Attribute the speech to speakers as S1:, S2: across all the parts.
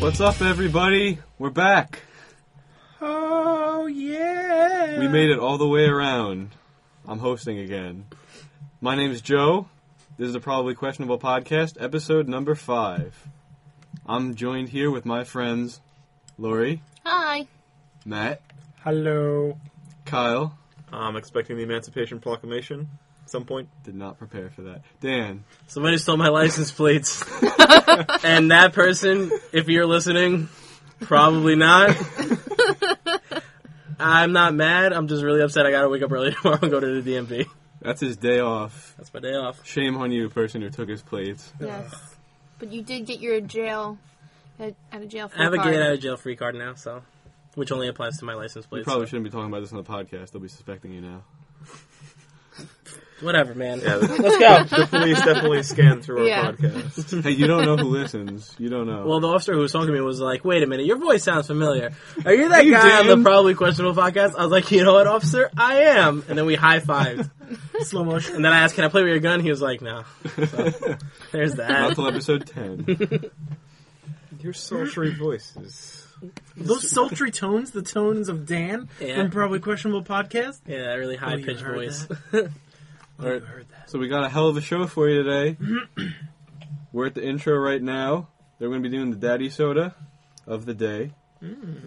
S1: What's up, everybody? We're back.
S2: Oh yeah.
S1: We made it all the way around. I'm hosting again. My name's Joe. This is the Probably Questionable Podcast, episode number five. I'm joined here with my friends Lori,
S3: Hi.
S1: Matt,
S2: Hello.
S1: Kyle.
S4: I'm expecting the Emancipation Proclamation at some point.
S1: Did not prepare for that. Dan.
S5: Somebody stole my license plates. and that person, if you're listening, probably not. I'm not mad. I'm just really upset. I gotta wake up early tomorrow and go to the DMV.
S1: That's his day off.
S5: That's my day off.
S1: Shame on you, person who took his plates.
S3: Yes. But you did get your jail uh, out of jail free
S5: I have a
S3: card.
S5: get out of jail free card now, so which only applies to my license
S1: We
S5: plates.
S1: probably shouldn't be talking about this on the podcast. They'll be suspecting you now.
S5: Whatever, man.
S4: Yeah, the,
S5: Let's go.
S4: the police definitely scan through our
S3: Yeah.
S4: podcast.
S1: hey, you don't know who listens. You don't know.
S5: Well, the officer who was talking to me was like, "Wait a minute, your voice sounds familiar. Are you that
S1: You
S5: guy on
S1: did.
S5: the probably questionable podcast?" I was like, "You know what, officer, I am." And then we high fived, slow motion. And then I asked, "Can I play with your gun?" He was like, "No." There's
S1: not
S5: that.
S1: till episode 10.
S4: Your sultry voices.
S2: Those sultry tones, the tones of Dan
S5: Yeah.
S2: from Probably Questionable Podcast.
S5: Yeah, that really high pitched
S2: heard
S5: voice.
S2: Oh,
S1: All right.
S2: you heard that.
S1: So we got a hell of a show for you today. We're at the intro right now. They're going to be doing the daddy soda of the day.
S4: Mm.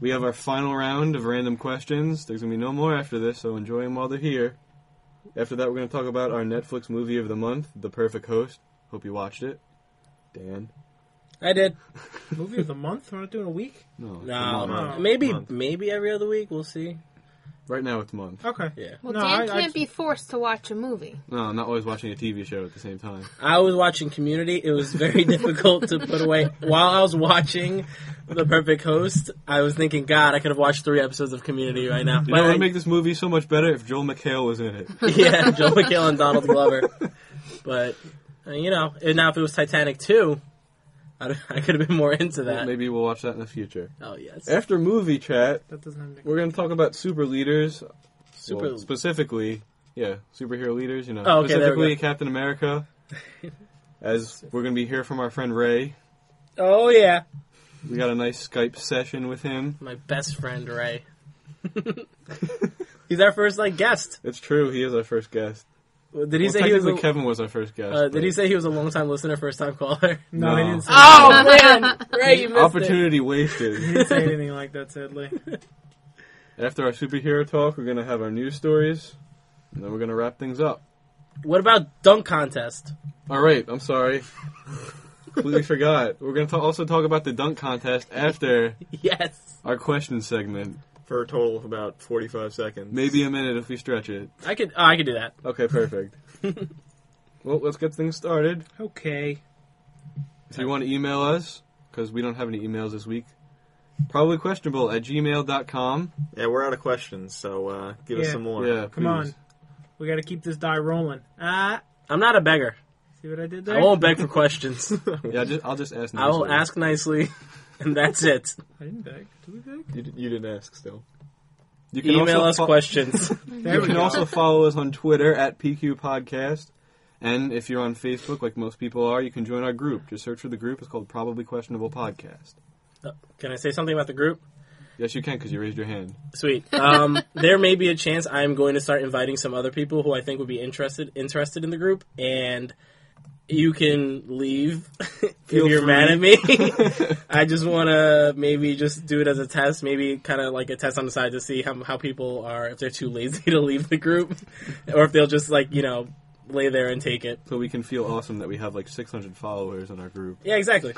S1: We have our final round of random questions. There's going to be no more after this, so enjoy them while they're here. After that, we're going to talk about our Netflix movie of the month, The Perfect Host. Hope you watched it. Dan?
S5: I did.
S2: Movie of the month? We're not doing a week?
S1: No. it's
S5: No,
S1: the month.
S5: maybe
S4: Month.
S5: maybe every other week. We'll see.
S1: Right now it's month.
S2: Okay.
S5: Yeah.
S3: Well,
S2: No,
S3: Dan
S2: I- I-
S3: can't be forced to watch a movie.
S1: No, I'm not always watching a TV show at the same time.
S5: I was watching Community. It was very difficult to put away. While I was watching The Perfect Host, I was thinking, God, I could have watched three episodes of Community right now.
S1: You know what
S5: I-
S1: would make this movie so much better if Joel McHale was in it.
S5: yeah, Joe McHale and Donald Glover. But uh, you know, and now if it was Titanic two, I, could have been more into that.
S1: Maybe we'll watch that in the future.
S5: Oh yes,
S1: After movie chat,
S2: That doesn't have anything.
S1: We're going to talk about super leaders.
S5: super.
S1: well, specifically, yeah, superhero leaders, you know.
S5: Oh, okay, there
S1: specifically
S5: we go.
S1: Captain America. as we're going to be here from our friend Ray.
S5: oh yeah,
S1: We got a nice Skype session with him.
S5: my best friend Ray. He's our first like guest.
S1: It's true, he is our first guest.
S5: Did he
S1: Well,
S5: say he was?
S1: technically,
S5: A,
S1: Kevin was our first guest.
S5: uh, did he
S1: but
S5: say he was a long time listener, first time caller?
S2: No,
S1: No.
S2: he didn't say,
S5: Oh man, Ray, you missed it.
S1: Opportunity
S2: he
S1: wasted.
S2: didn't say anything like that, sadly.
S1: After our superhero talk, we're going to have our news stories. And then we're going to wrap things up.
S5: What about dunk contest?
S1: All right, I'm sorry. Completely forgot. We're going to also talk about the dunk contest after
S5: Yes.
S1: our question segment.
S4: For a total of about 45 seconds.
S1: Maybe a minute if we stretch it.
S5: I could, oh, I could do that.
S1: Okay, perfect. well, let's get things started.
S2: Okay.
S1: If you want to email us, because we don't have any emails this week, probably questionable at gmail.com.
S4: Yeah, we're out of questions, so uh, give
S2: Yeah.
S4: us some more.
S1: Yeah,
S2: Come on. We gotta keep this die rolling. Ah.
S5: I'm not a beggar.
S2: See what I did there?
S5: I won't beg for questions.
S1: on. Yeah, just, I'll just ask.
S5: I will
S1: nicely.
S5: ask nicely, and that's it.
S2: I didn't beg. Did we beg?
S4: You, d- you didn't ask still.
S1: You can
S5: Email
S1: also
S5: us
S1: fo-
S5: questions.
S2: There
S1: You
S2: we
S1: can
S2: go.
S1: also follow us on Twitter at PQ Podcast. And if you're on Facebook, like most people are, you can join our group. Just search for the group. It's called Probably Questionable Podcast.
S5: Uh, Can I say something about the group?
S1: Yes, you can, because you raised your hand.
S5: Sweet. Um, there may be a chance I'm going to start inviting some other people who I think would be interested interested in the group, and you can leave if
S1: Feel
S5: you're
S1: free.
S5: mad at me. I just want to maybe just do it as a test, maybe kind of like a test on the side to see how how people are if they're too lazy to leave the group, or if they'll just like you know lay there and take it.
S1: So we can feel awesome that we have like 600 followers on our group.
S5: Yeah, exactly.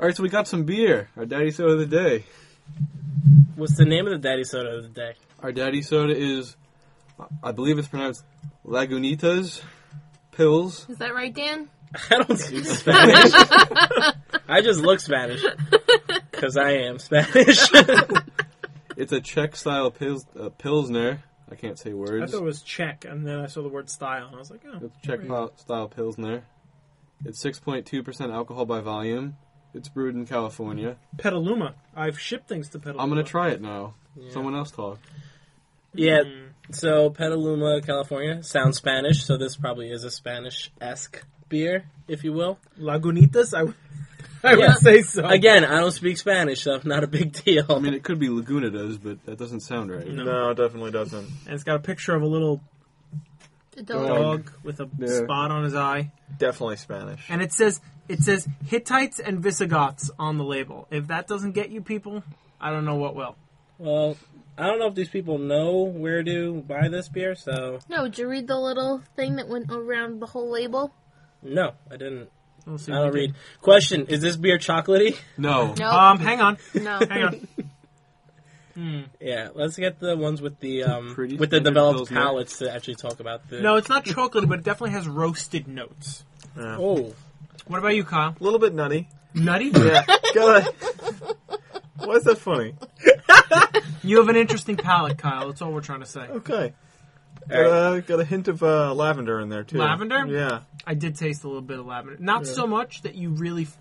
S1: All right, so we got some beer. Our daddy soda of the day.
S5: What's the name of the daddy soda of the day?
S1: Our daddy soda is, I believe it's pronounced Lagunitas Pills.
S3: Is that right, Dan?
S5: I don't speak Spanish. I just look Spanish because I am Spanish.
S1: It's a Czech style pils, uh, Pilsner. I can't say
S2: I
S1: words.
S2: thought it was check, and then I saw the word style, and I was like, oh.
S1: It's Czech pil- style Pilsner. It's 6.2% alcohol by volume. It's brewed in California.
S2: Petaluma. I've shipped things to Petaluma.
S1: I'm going to try it now. Someone else talk.
S5: yeah. So Petaluma, California sounds Spanish. So this probably is a Spanish esque beer, if you will.
S2: Lagunitas. I I
S5: Yeah.
S2: would say so.
S5: Again, I don't speak Spanish, so not a big deal.
S1: I mean, it could be Laguna does, but that doesn't sound right.
S2: No.
S4: No, it definitely doesn't.
S2: And it's got a picture of a little
S3: The dog.
S2: dog with a
S1: Yeah.
S2: spot on his eye,
S4: Definitely Spanish.
S2: and it says it says Hittites and Visigoths on the label. If that doesn't get you people, I don't know what will.
S5: well, I don't know if these people know where to buy this beer, so
S3: No, did you read the little thing that went around the whole label?
S5: no, I didn't.
S2: We'll see
S5: I
S2: if
S5: don't
S2: we
S5: read. Question: Is this beer chocolatey?
S1: No.
S3: No.
S2: do. Um, hang on,
S3: no.
S2: hang on.
S5: Yeah, let's get the ones with the um
S1: Pretty
S5: with the
S1: standard
S5: developed
S1: Pilsner.
S5: palettes to actually talk about the.
S2: No, it's not chocolatey, but it definitely has roasted notes.
S4: Yeah. A
S5: Oh,
S2: What about you, Kyle?
S4: little bit nutty.
S2: Nutty?
S4: Yeah. Gotta... Why is that funny?
S2: You have an interesting palate, Kyle. That's all we're trying to say.
S4: Okay.
S5: All right.
S4: Uh, got a hint of uh, lavender in there too.
S2: Lavender?
S4: Yeah.
S2: I did taste a little bit of lavender. Not so much that you really. F-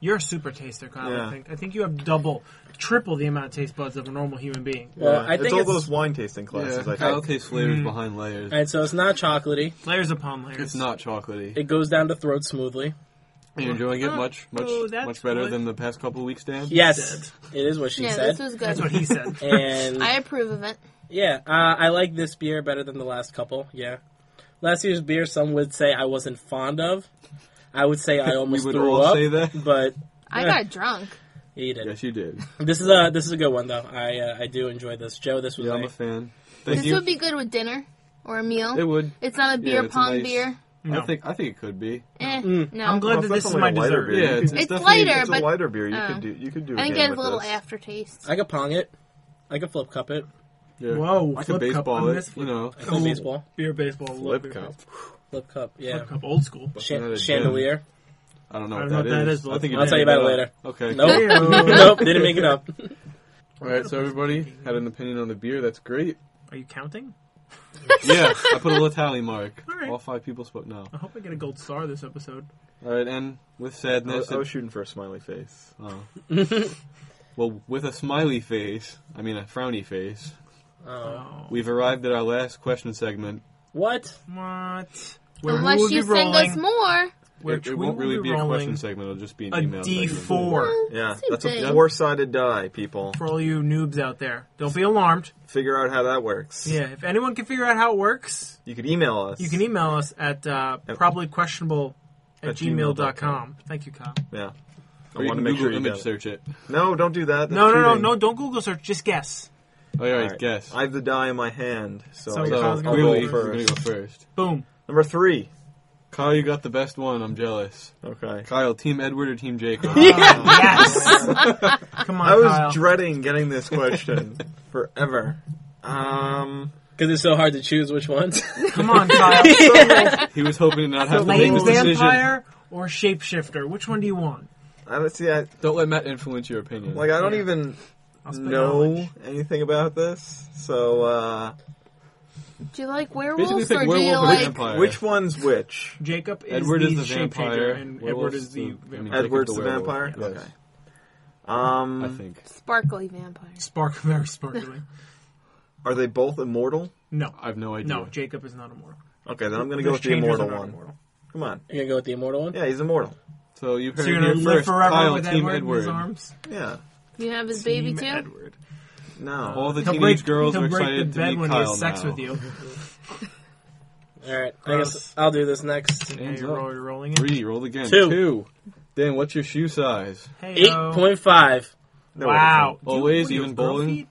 S2: you're a super taster, Kyle.
S4: Yeah.
S2: I think. I think you have double, triple the amount of taste buds of a normal human being.
S5: well,
S4: Yeah.
S5: I think
S4: all
S5: it's,
S4: those wine tasting
S1: Yeah,
S4: classes. I
S1: Kyle
S4: think.
S1: tastes flavors behind layers.
S5: all right. So it's not chocolatey.
S2: Layers upon layers.
S1: It's not chocolatey.
S5: It goes down to throat smoothly.
S1: Are you enjoying it much, much,
S2: Oh, that's
S1: much better
S2: what-
S1: than the past couple weeks, Dan?
S5: Yes, it is what she
S3: Yeah,
S5: said.
S3: this was
S2: That's what
S3: good.
S2: he said.
S5: and
S3: I approve of it.
S5: yeah, uh, I like this beer better than the last couple. Yeah, last year's beer, some would say I wasn't fond of. I would say I
S1: We
S5: almost
S1: would
S5: threw
S1: all
S5: up,
S1: say that.
S5: but
S3: I
S5: Yeah.
S3: got drunk.
S5: yeah, you did.
S1: Yes, you did.
S5: This is a this is a good one though. I uh, I do enjoy this. Joe, this was
S1: Yeah, I'm a
S5: nice.
S1: fan. Thank
S3: this
S1: you.
S3: would be good with dinner or a
S1: it
S3: meal.
S1: would.
S3: It's not a
S1: Yeah,
S3: beer
S1: it's a
S3: pong
S1: nice-
S3: beer.
S2: No.
S1: I think. I think it could be.
S3: Eh,
S5: Mm.
S3: no.
S2: I'm glad
S4: Well,
S2: that
S4: it's
S2: this is my
S4: definitely a lighter
S2: dessert.
S1: Yeah, it's,
S3: It's
S1: definitely-
S3: lighter.
S4: It's a
S3: but-
S4: lighter beer. You
S3: oh.
S4: could do. You could do. a
S3: I think it
S4: game
S3: has a
S4: with
S3: little
S4: this.
S3: aftertaste.
S5: I could pong it. I could flip cup it.
S1: Yeah.
S2: Whoa,
S1: I could
S2: flip cup.
S1: baseball
S2: I
S1: it.
S2: miss
S1: You
S2: flip-
S1: know,
S5: I could baseball.
S2: Beer baseball. I love
S4: Flip
S2: beer
S4: cup.
S2: baseball.
S5: Flip cup. Yeah.
S2: Flip cup. Old school.
S5: Shan-
S1: Not a
S5: chandelier.
S1: I don't know
S2: I
S1: what
S2: don't know what
S1: that
S2: that
S1: is.
S2: is, but
S1: I think
S2: let's-
S1: you made
S5: I'll tell you about
S1: that
S5: it later.
S1: up. Okay.
S5: Nope. nope. Didn't make it up.
S1: All right. So everybody had an opinion on the beer. That's great.
S2: Are you counting?
S1: Yeah, I put a little tally mark.
S2: All right.
S1: All five people spoke no.
S2: I hope I get a gold star this episode.
S1: All right, and with
S4: I was,
S1: sadness,
S4: I
S1: it-
S4: was shooting for a smiley face.
S1: Oh. well, with a smiley face, I mean a frowny face,
S5: Oh.
S1: we've arrived at our last question segment.
S5: What?
S2: What? We're
S3: Unless you
S2: movie
S3: send
S2: rolling.
S3: us more.
S2: We're-
S1: it, it
S2: we
S1: won't
S2: will
S1: really be a
S2: rolling
S1: question segment; it'll just be an
S2: a
S1: email.
S2: D
S1: segment.
S2: four.
S4: Yeah,
S3: Same
S4: that's
S3: thing.
S4: a four-sided die, people.
S2: For all you noobs out there, don't be alarmed.
S4: Figure out how that works.
S2: Yeah, if anyone can figure out how it works,
S4: You could email us.
S2: you can e- email us at uh,
S4: At-
S2: probably questionable at,
S4: at
S2: gmail.com.
S4: gmail dot com.
S2: Thank you, Kyle.
S4: Yeah. I
S1: Or you
S4: want to
S1: can
S4: make
S1: Google
S4: sure you
S1: image
S4: get it.
S1: search it.
S4: No, don't do that. That's
S2: No, no, no,
S4: cheating.
S2: no, don't Google search, just guess.
S1: Oh, yeah, all right,
S4: All right.
S1: guess.
S4: I have the die in my hand, so,
S2: So
S4: I
S1: so
S4: guess
S2: Kyle's
S4: I'll
S2: gonna
S4: roll
S1: clearly,
S2: go
S1: we're gonna
S4: first.
S1: go first.
S2: Boom.
S4: Number three.
S1: Kyle, you got the best one. I'm jealous.
S4: Okay.
S1: Kyle, Team Edward or Team Jacob?
S2: yes. Come on,
S4: I was
S2: Kyle.
S4: dreading getting this question forever. Um,
S5: Because it's so hard to choose which ones.
S2: Come on, Kyle.
S1: he was hoping to not have to make
S2: Lame
S1: this decision.
S2: vampire or shapeshifter? Which one do you want?
S4: I don't see. I
S1: Don't let Matt influence your opinion.
S4: like. I don't
S2: Yeah.
S4: even
S2: I'll spit
S4: know
S2: knowledge.
S4: anything about this. So, uh,
S3: Do you like
S1: basically,
S3: werewolves
S1: pick
S3: or do you
S1: werewolf or
S3: like?
S1: vampire.
S4: which one's which?
S2: Jacob is
S1: Edward
S2: the,
S1: is the
S2: shape
S1: vampire,
S2: changer, and
S1: werewolf
S2: Edward is
S1: is
S2: the
S1: the- I
S2: vampire.
S1: mean- Jacob
S4: Edward's
S1: the
S4: the
S1: werewolf,
S4: vampire.
S1: yes.
S4: Okay. Um,
S2: Hmm.
S1: I think.
S3: Sparkly vampire.
S2: Spark, very sparkly.
S4: are they both immortal?
S2: No,
S1: I have no idea.
S2: no, Jacob is not immortal.
S4: Okay, then I'm gonna
S2: Those
S4: go with the
S2: changers
S4: immortal
S2: are not
S4: one.
S2: immortal.
S4: Come on.
S5: You're gonna go with the immortal one.
S4: Yeah, he's immortal.
S1: So you heard
S2: So you're
S1: it here
S2: gonna live
S1: first.
S2: forever
S1: Kyle,
S2: with
S1: Team
S2: Edward, in his
S1: Edward.
S2: arms.
S4: Yeah.
S3: You have his baby
S2: Team
S3: too.
S2: Edward.
S4: No.
S1: All the
S2: He'll
S1: teenage
S2: break,
S1: girls
S2: he'll
S1: are
S2: break
S1: excited
S2: the bed
S1: to meet
S2: when
S1: Kyle
S2: he has sex
S1: now.
S2: with you.
S5: All right. I
S2: Gross.
S5: guess I'll do this next.
S2: Hey,
S1: Hands
S2: you're
S1: up.
S2: roll- you're rolling it.
S1: Three, roll again.
S5: Two.
S1: Dan, what's your shoe size?
S2: Hey,
S5: Eight point five.
S4: No, it
S2: Wow.
S1: isn't. Always,
S2: what are you,
S1: even
S2: girl
S1: bowling?
S2: feet?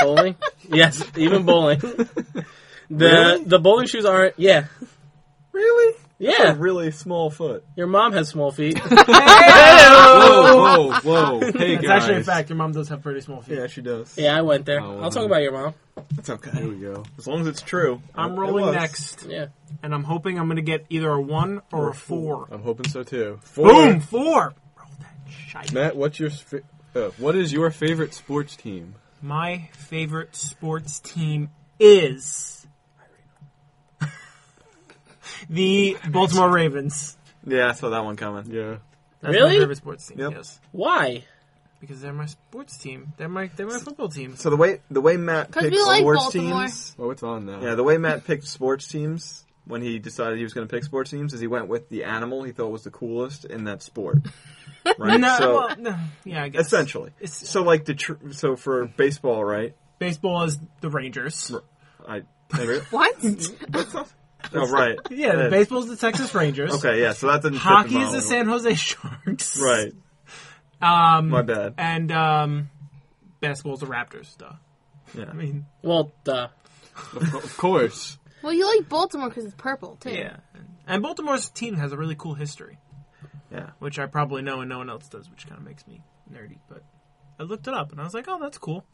S5: Bowling. yes, even bowling. The the bowling shoes aren't. Yeah.
S4: isn't. Really? A
S5: Yeah.
S4: really small foot.
S5: Your mom has small feet.
S1: Whoa, whoa, whoa. Hey,
S2: That's
S1: guys.
S2: actually a fact. Your mom does have pretty small feet.
S4: Yeah, she does.
S5: yeah, I went there.
S1: Oh,
S5: I'll talk
S1: wow.
S5: about your mom.
S4: It's
S1: Here
S4: okay.
S1: we go.
S4: As long as it's true.
S2: I'm
S4: It
S2: rolling
S4: was.
S2: next,
S5: Yeah.
S2: and I'm hoping I'm going to get either a one or a four.
S1: I'm hoping so too.
S2: Boom, four. Roll that shite.
S1: Matt, what's your fa- uh, what is your favorite sports team?
S2: My favorite sports team is the Baltimore Ravens.
S4: Yeah, I saw that one coming.
S1: Yeah.
S2: That's
S5: Really?
S2: my favorite sports team.
S4: Yep.
S2: Yes,
S5: Why?
S2: because they're my sports team. They're my they're my football team.
S4: So the way the way Matt
S3: 'Cause
S4: picks
S3: we like
S4: sports
S3: Baltimore.
S4: teams.
S1: Oh, it's on now.
S4: Yeah, the way Matt picked sports teams when he decided he was going to pick sports teams is he went with the animal he thought was the coolest in that sport. Right?
S2: No,
S4: so
S2: well, no, yeah, I guess.
S4: essentially.
S2: It's-
S4: so like the tr- so for baseball, right?
S2: Baseball is the Rangers.
S4: I
S3: What?
S4: Oh right.
S2: Yeah, the
S4: Uh,
S2: baseball's the Texas Rangers.
S4: Okay, yeah, so that didn't fit
S2: Hockey is
S4: model.
S2: the San Jose Sharks.
S4: Right. Um my bad.
S2: And um, basketball's the Raptors, duh.
S4: Yeah.
S2: I mean,
S5: Well, duh.
S1: Of, of course.
S3: well, you like Baltimore because it's purple too.
S2: yeah. And Baltimore's team has a really cool history,
S4: yeah.
S2: which I probably know and no one else does, which kind of makes me nerdy. But I looked it up and I was like, oh, that's cool.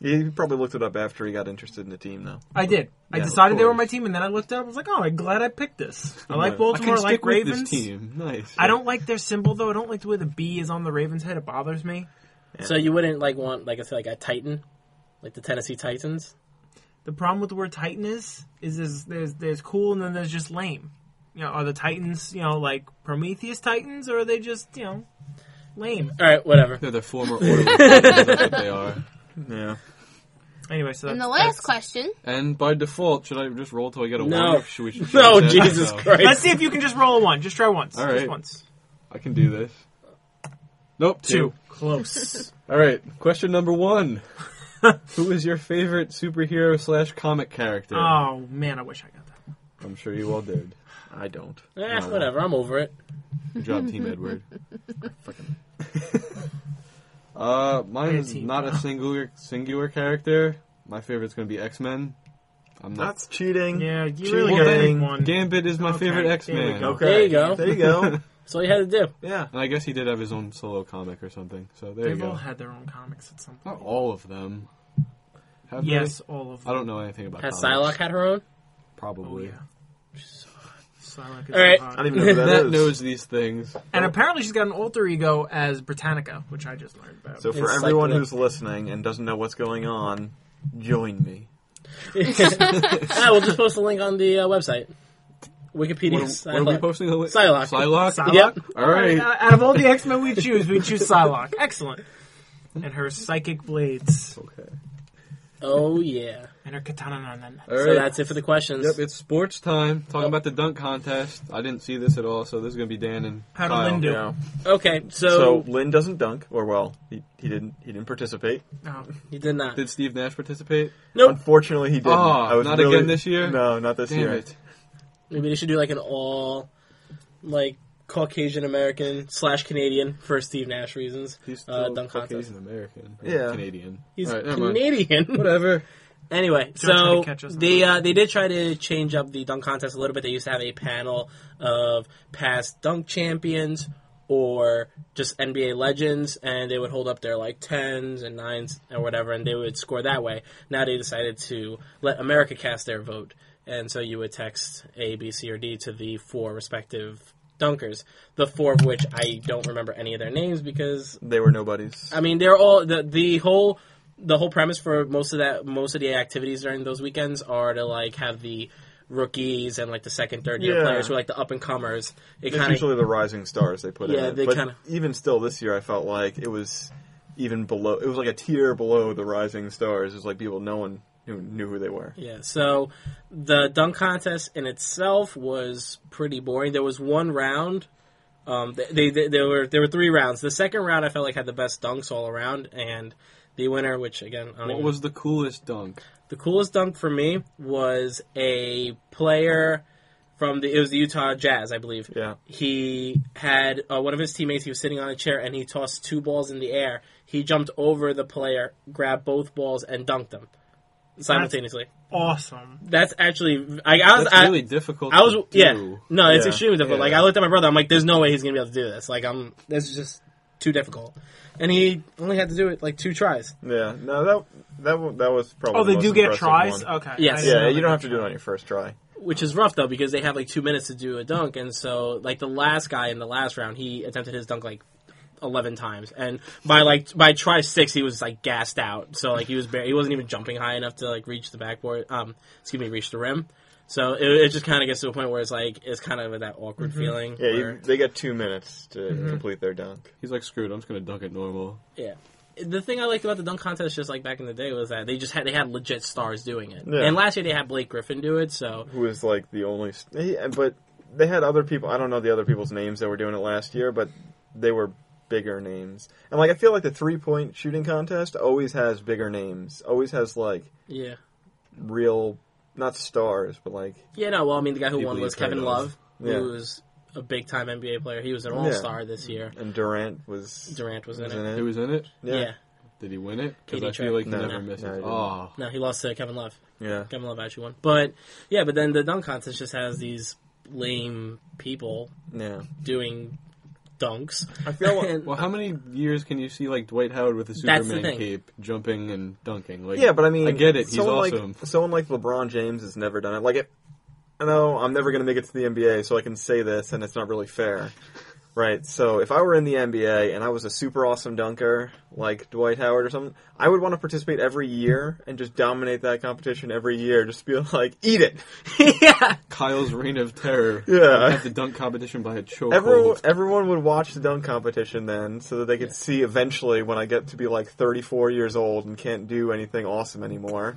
S4: He probably looked it up after he got interested in the team though.
S2: I did. I
S4: Yeah,
S2: decided
S4: of
S2: they were
S4: course.
S2: my team, and then I looked it up. I was like, "Oh, I'm glad I picked this. I
S4: I
S2: like Baltimore. I,
S1: I can
S2: like
S1: stick
S2: Ravens.
S1: with this team. Nice.
S2: I don't like their symbol though. I don't like the way the B is on the Ravens head. It bothers me.
S5: So you wouldn't like want like I said, like a Titan, like the Tennessee Titans.
S2: The problem with the word Titan is is there's there's, there's cool and then there's just lame. You know, are the Titans you know like Prometheus Titans or are they just you know lame?
S5: All right, whatever.
S1: They're the former order. That's what they are.
S4: Yeah.
S2: Anyway, so
S3: And
S2: that's,
S3: the last
S2: that's-
S3: question.
S1: And by default, should I just roll till I get a
S5: No.
S1: one? or Should we, should we
S5: No,
S1: set it
S5: Oh, Jesus
S1: up?
S5: Christ.
S2: Let's see if you can just roll a one. Just try once.
S1: All
S2: Just
S1: right.
S2: once.
S1: I can do this. Nope.
S2: Two. Close.
S1: All right. Question number one. Who is your favorite superhero slash comic character?
S2: oh man, I wish I got that.
S1: I'm sure you all did.
S4: I don't.
S5: Eh,
S1: No.
S5: whatever. I'm over it.
S1: Good job, Team Edward. Frickin'. uh, mine is
S2: Team.
S1: not a singular singular character. My favorite's gonna be X Men. I'm not.
S4: That's cheating.
S2: Yeah, you
S4: Cheating.
S2: really got to pick
S4: Dang.
S2: one.
S1: Gambit is my
S2: Okay,
S1: favorite
S2: there
S1: X
S2: we
S1: Man.
S2: go.
S4: Okay.
S5: There you go.
S4: There you go.
S5: So you had to do.
S4: yeah.
S1: And I guess he did have his own solo comic or something. So there
S2: They've
S1: you go.
S2: all had their own comics at some
S4: Oh,
S2: point.
S1: Not all of them. Have
S2: Yes, all of
S1: they?
S2: them.
S1: I don't know anything about.
S5: Has
S1: comics.
S5: Psylocke had her own?
S2: Oh,
S1: Probably.
S2: yeah. Psylocke is
S5: All right.
S2: so hot.
S4: I don't even know who that
S1: That
S4: is.
S1: knows these things.
S2: And apparently she's got an alter ego as Britannica, which I just learned about.
S4: So for
S5: It's
S4: everyone
S5: like-
S4: who's listening and doesn't know what's going on, join me.
S5: ah, we'll just post a link on the uh, website. Wikipedia.
S1: What are, what are we
S5: Psylocke.
S1: posting? The li-
S5: Psylocke. Oh
S1: Psylocke.
S2: Psylocke?
S5: Yep.
S1: All right.
S2: Uh, out of all the X Men we choose, we choose Psylocke. Excellent. And her psychic blades.
S1: Okay.
S5: Oh yeah.
S2: And her katana.
S1: All
S5: So
S1: right.
S5: that's it for the questions.
S1: Yep, it's sports time. Talking about the dunk contest. I didn't see this at all, so this is going to be Dan and
S2: How did
S1: Kyle.
S2: Lynn do?
S4: Yeah.
S5: Okay,
S4: So
S5: so,
S4: Lynn doesn't dunk, or well, he, he didn't he didn't participate.
S2: Oh,
S5: you did not.
S1: Did Steve Nash participate?
S5: nope.
S4: Unfortunately, he didn't.
S1: Oh,
S4: I was
S1: not
S4: really-
S1: again this year?
S4: No, not this
S1: Damn
S4: year.
S1: it.
S5: Maybe they should do like an all, like Caucasian American slash Canadian for Steve Nash reasons.
S1: He's
S5: uh,
S1: still
S5: dunk contest.
S1: Caucasian American.
S4: Yeah.
S1: Canadian.
S5: He's
S1: All right, never mind.
S5: Canadian.
S1: Whatever.
S5: Anyway,
S2: Don't try to
S5: so
S2: catch us on
S5: they
S2: that.
S5: uh, they did try to change up the dunk contest a little bit. They used to have a panel of past dunk champions or just NBA legends, and they would hold up their like tens and nines or whatever, and they would score that way. Now they decided to let America cast their vote, and so you would text A, B, C, or D to the four respective dunkers. The four of which I don't remember any of their names because
S4: They were nobodies.
S5: I mean, they're all the the whole the whole premise for most of that most of the activities during those weekends are to like have the rookies and like the second third year
S4: Yeah.
S5: players who are like the up and comers. It
S4: it's
S5: kind of
S4: usually the rising stars they put in.
S5: Yeah,
S4: it.
S5: they
S4: but
S5: kinda-
S4: even still this year, I felt like it was even below. It was like a tier below the rising stars. It was like people no one knew, knew who they were.
S5: yeah. So the dunk contest in itself was pretty boring. There was one round. Um, th- they, they there were there were three rounds. The second round I felt like had the best dunks all around, and the winner, which again, I don't
S1: What
S5: even-
S1: was the coolest dunk?
S5: The coolest dunk for me was a player from the it was the Utah Jazz, I believe.
S4: Yeah.
S5: He had uh, one of his teammates. He was sitting on a chair and he tossed two balls in the air. He jumped over the player, grabbed both balls, and dunked them simultaneously.
S2: awesome.
S5: That's, actually I, I was
S1: That's
S5: I,
S1: really difficult
S5: I was
S1: to do.
S5: yeah no it's
S4: Yeah,
S5: extremely difficult.
S4: yeah.
S5: Like I looked at my brother, I'm like, there's no way he's gonna be able to do this. Like I'm this is just too difficult. And he only had to do it like two tries.
S4: Yeah, no that that wa- that was probably.
S2: Oh, they
S4: the
S2: do
S4: most
S2: get
S4: impressive
S2: tries?
S4: one.
S2: Okay.
S5: Yes.
S2: I didn't
S4: Yeah,
S2: know
S4: you
S2: that.
S4: don't have to do it on your first try.
S5: which is rough though because they have like two minutes to do a dunk, and so like the last guy in the last round, he attempted his dunk like eleven times, and by like by try six, he was like gassed out. So like he was bare, he wasn't even jumping high enough to like reach the backboard. Um, excuse me, reach the rim. So it, it just kind of gets to a point where it's like it's kind of that awkward feeling.
S4: Yeah,
S5: where- Mm-hmm.
S4: you, they get two minutes to complete their dunk.
S1: He's like, screwed. I'm just going to dunk it normal.
S5: yeah. the thing I liked about the dunk contest, just like back in the day, was that they just had they had legit stars doing it.
S4: Yeah.
S5: And last year they had Blake Griffin do it, so
S4: who was like the only. s- he- But they had other people. I don't know the other people's names that were doing it last year, but they were bigger names. And like I feel like the three point shooting contest always has bigger names. Always has like
S5: yeah,
S4: real, not stars, but like
S5: yeah. No, well, I mean, the guy who
S4: People
S5: won
S4: you
S5: was
S4: trade
S5: Kevin
S4: off.
S5: Love,
S4: Yeah.
S5: who was a big time NBA player. He was an All Star this year.
S4: and Durant was.
S5: Durant was in
S4: was
S5: it.
S1: Who was in it?
S5: Yeah.
S1: Did he win it? Because
S5: Katie
S1: I
S5: Trey.
S1: feel like he
S4: No,
S1: never
S4: no,
S1: misses.
S4: no, he didn't.
S1: oh,
S5: no, he lost to Kevin Love.
S4: yeah.
S5: Kevin Love actually won, but yeah, but then the dunk contest just has these lame people
S4: Yeah.
S5: doing dunks.
S4: I feel like,
S5: And-
S1: Well, how many years can you see like Dwight Howard with a
S5: That's the
S1: Superman
S5: thing.
S1: cape jumping and dunking? Like,
S4: yeah, but I mean,
S1: I get it. He's
S4: someone
S1: awesome.
S4: Like, someone like LeBron James has never done it. Like, it, I know I'm never going to make it to the NBA, so I can say this, and it's not really fair, right? So if I were in the NBA and I was a super awesome dunker like Dwight Howard or something, I would want to participate every year and just dominate that competition every year. Just be like, eat it,
S5: yeah,
S1: Kyle's reign of terror.
S4: yeah.
S1: You'd have the dunk competition by a chokehold.
S4: Everyone, everyone would watch the dunk competition then, so that they could see eventually when I get to be like 34 years old and can't do anything awesome anymore.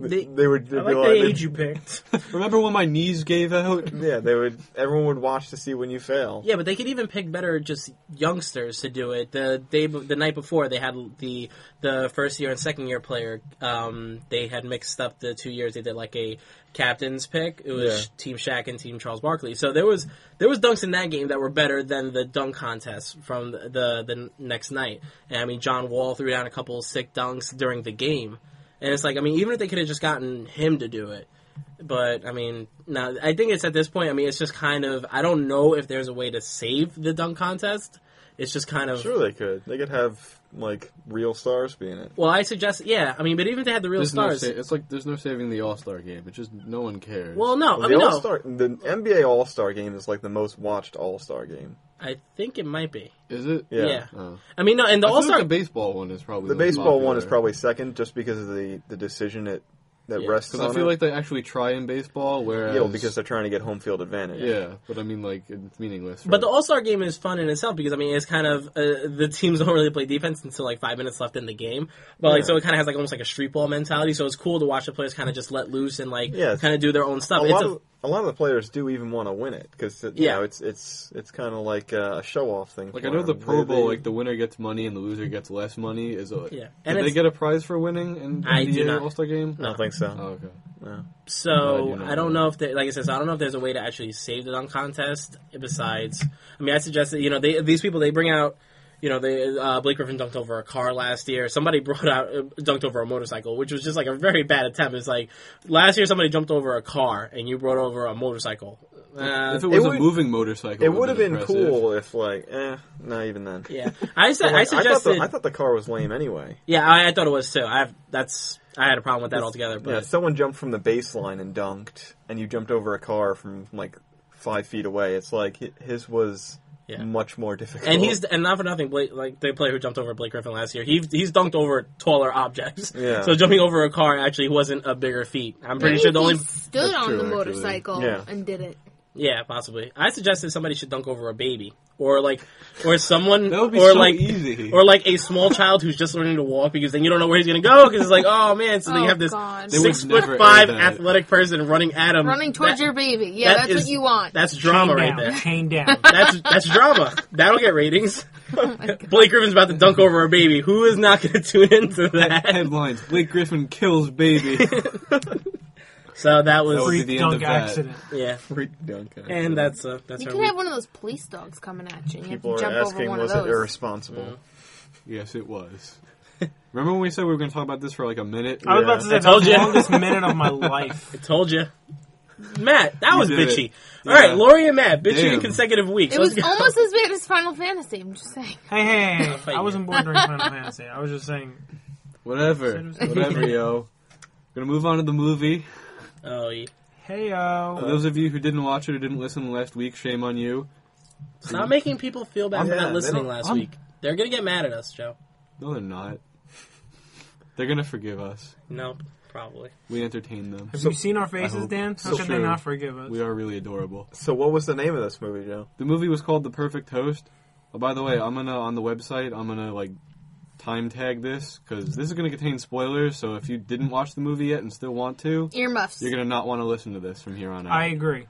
S4: They,
S5: They-
S4: they would they'd
S2: I
S4: be
S2: like
S4: like,
S2: the age you picked.
S1: Remember when my knees gave out?
S4: yeah, they would. Everyone would watch to see when you fail.
S5: yeah, but they could even pick better just youngsters to do it. The day, be- the night before, they had the the first year and second year player. Um, they had mixed up the two years. They did like a captain's pick. It was
S4: Yeah.
S5: Team Shaq and Team Charles Barkley. So there was there was dunks in that game that were better than the dunk contest from the the, the next night. And I mean, John Wall threw down a couple sick dunks during the game. And it's like, I mean, even if they could have just gotten him to do it, But I mean, now I think it's at this point. I mean, it's just kind of. I don't know if there's a way to save the dunk contest. It's just kind of.
S4: Sure, they could. They could have like real stars be in it.
S5: Well, I suggest, yeah. I mean, but even if they had the real
S1: There's no
S5: stars,
S1: sa- it's like there's no saving the All Star game. It's just no one cares.
S5: well, no. I
S4: the
S5: mean,
S4: All
S5: no.
S4: Star, the NBA All Star game is like the most watched All Star game.
S5: I think it might be.
S1: is it?
S4: Yeah.
S5: Yeah.
S1: Oh.
S5: I mean, no. And the
S1: I feel
S5: All
S1: like
S5: Star,
S1: the baseball one is probably
S4: The
S1: most
S4: baseball one is
S1: popular.
S4: probably second, just because of the the decision it that
S5: Yeah,
S4: rests
S1: Because
S4: on
S1: I feel
S4: it.
S1: like they actually try in baseball, whereas
S4: yeah, well, because they're trying to get home field advantage.
S1: yeah, but I mean like it's meaningless.
S5: but the
S1: right?
S5: All Star game is fun in itself because I mean, it's kind of uh, the teams don't really play defense until like five minutes left in the game. But like,
S4: Yeah.
S5: so it kind of has like almost like a street ball mentality. So it's cool to watch the players kind of just let loose and like
S4: Yeah, it's-
S5: kind of do their own stuff.
S4: a
S5: It's
S4: lot,
S5: a,
S4: of, a lot of the players do even want to win it because you
S5: Yeah.
S4: know it's it's it's kind of like a show off thing.
S1: like
S4: for
S1: I know the
S4: them.
S1: Pro
S4: They-
S1: Bowl,
S4: they-
S1: like the winner gets money and the loser gets less money. Is a,
S5: Yeah. And
S1: Did they
S5: it's-
S1: get a prize for winning in
S5: I do
S1: the
S5: not- Uh,
S1: All Star game?
S4: I don't think so.
S1: Oh, okay.
S4: No.
S5: So
S1: No, I do not
S5: I don't
S1: know.
S5: know if, there, like I said, so I don't know if there's a way to actually save the dunk contest. Besides, I mean, I suggest that you know they, these people they bring out, you know, they uh, Blake Griffin dunked over a car last year. Somebody brought out uh, dunked over a motorcycle, which was just like a very bad attempt. It's like last year somebody jumped over a car and you brought over a motorcycle. Uh,
S1: if it was a
S4: would-
S1: moving motorcycle,
S4: It would have been
S1: impressive.
S4: cool if like, eh, not even then.
S5: yeah, I said I
S4: Like, thought,
S5: suggested.
S4: the, I thought the car was lame anyway.
S5: yeah, I, I thought it was too. I have that's I had a problem with that altogether. But
S4: Yeah, someone jumped from the baseline and dunked, and you jumped over a car from like five feet away. It's like hi- his was
S5: Yeah.
S4: much more difficult.
S5: And he's and not for nothing, Blake, like the player who jumped over Blake Griffin last year, he he's dunked over taller objects.
S4: Yeah.
S5: So jumping over a car actually wasn't a bigger feat. I'm pretty
S3: Maybe
S5: sure the only
S3: he stood
S1: That's
S3: on
S1: true,
S3: the
S1: actually.
S3: motorcycle
S4: Yeah.
S3: and did it.
S5: yeah possibly. I suggested somebody should dunk over a baby or like or someone
S1: That would be
S5: or
S1: so
S5: like
S1: easy.
S5: or like a small child who's just learning to walk because then you don't know where he's gonna go because it's like oh man so then
S3: Oh,
S5: you have this
S3: God. They
S1: would
S5: six foot
S1: never
S5: five
S1: air that.
S5: athletic person running at him
S3: Running towards
S5: That-
S3: your baby. Yeah,
S5: that
S3: that's
S5: is-
S3: what you want.
S5: that's drama
S2: chain
S5: right
S2: down,
S5: there
S2: Chain down.
S5: That's that's drama. That'll get ratings.
S3: Oh
S5: Blake Griffin's about to dunk over a baby. Who is not going to tune into that?
S1: Headlines: Blake Griffin kills baby.
S5: So that was
S1: That would be
S2: Freak
S1: the end
S2: dunk
S1: of that.
S2: accident.
S5: yeah,
S4: freak dunk.
S5: and that's uh, that's
S3: You
S5: our
S3: could have
S5: week.
S3: one of those police dogs coming at you. And you have to
S4: people are
S3: jump
S4: asking,
S3: over one
S4: was
S3: of
S4: it
S3: those.
S4: irresponsible?
S1: yes, it was. Remember when we said we were going to talk about this for like a minute?
S2: I was about to say
S4: Yeah.
S5: I
S2: that
S5: told
S2: was
S5: you.
S2: the longest minute of my life.
S5: Told you, Matt. That
S1: You
S5: was
S1: did
S5: bitchy.
S1: it.
S5: All right,
S1: Yeah.
S5: Lori and Matt, bitchy
S1: Damn.
S5: in consecutive weeks.
S3: It
S5: Let's
S3: was
S5: go.
S3: almost as bad as Final Fantasy. I'm just saying.
S2: Hey, hey, hey,
S5: fight
S2: hey. I
S5: you.
S2: wasn't born during Final Fantasy. I was just saying.
S1: Whatever,
S2: Said it was-
S1: whatever, yo. Gonna move on to the movie.
S5: Oh, yeah.
S2: Hey,
S1: For
S2: yo.
S1: those of you who didn't watch it or didn't listen last week, shame on you.
S5: stop making people feel bad for
S4: Yeah,
S5: not
S4: they
S5: listening
S4: don't-
S5: last
S1: I'm-
S5: week. They're going to get mad at us, Joe.
S1: No, they're not. They're gonna forgive us.
S5: No, probably.
S1: We entertain them.
S2: Have you seen our faces,
S1: hope
S2: Dan? How
S1: so.
S2: can they
S1: True.
S2: not forgive us?
S1: We are really adorable.
S4: So what was the name of this movie, Joe?
S1: The movie was called The Perfect Host. Oh, by the way, I'm gonna on the website. I'm gonna like time tag this because this is going to contain spoilers. So if you didn't watch the movie yet and still want to,
S3: Earmuffs.
S1: you're going to not want to listen to this from here on out.
S2: I agree.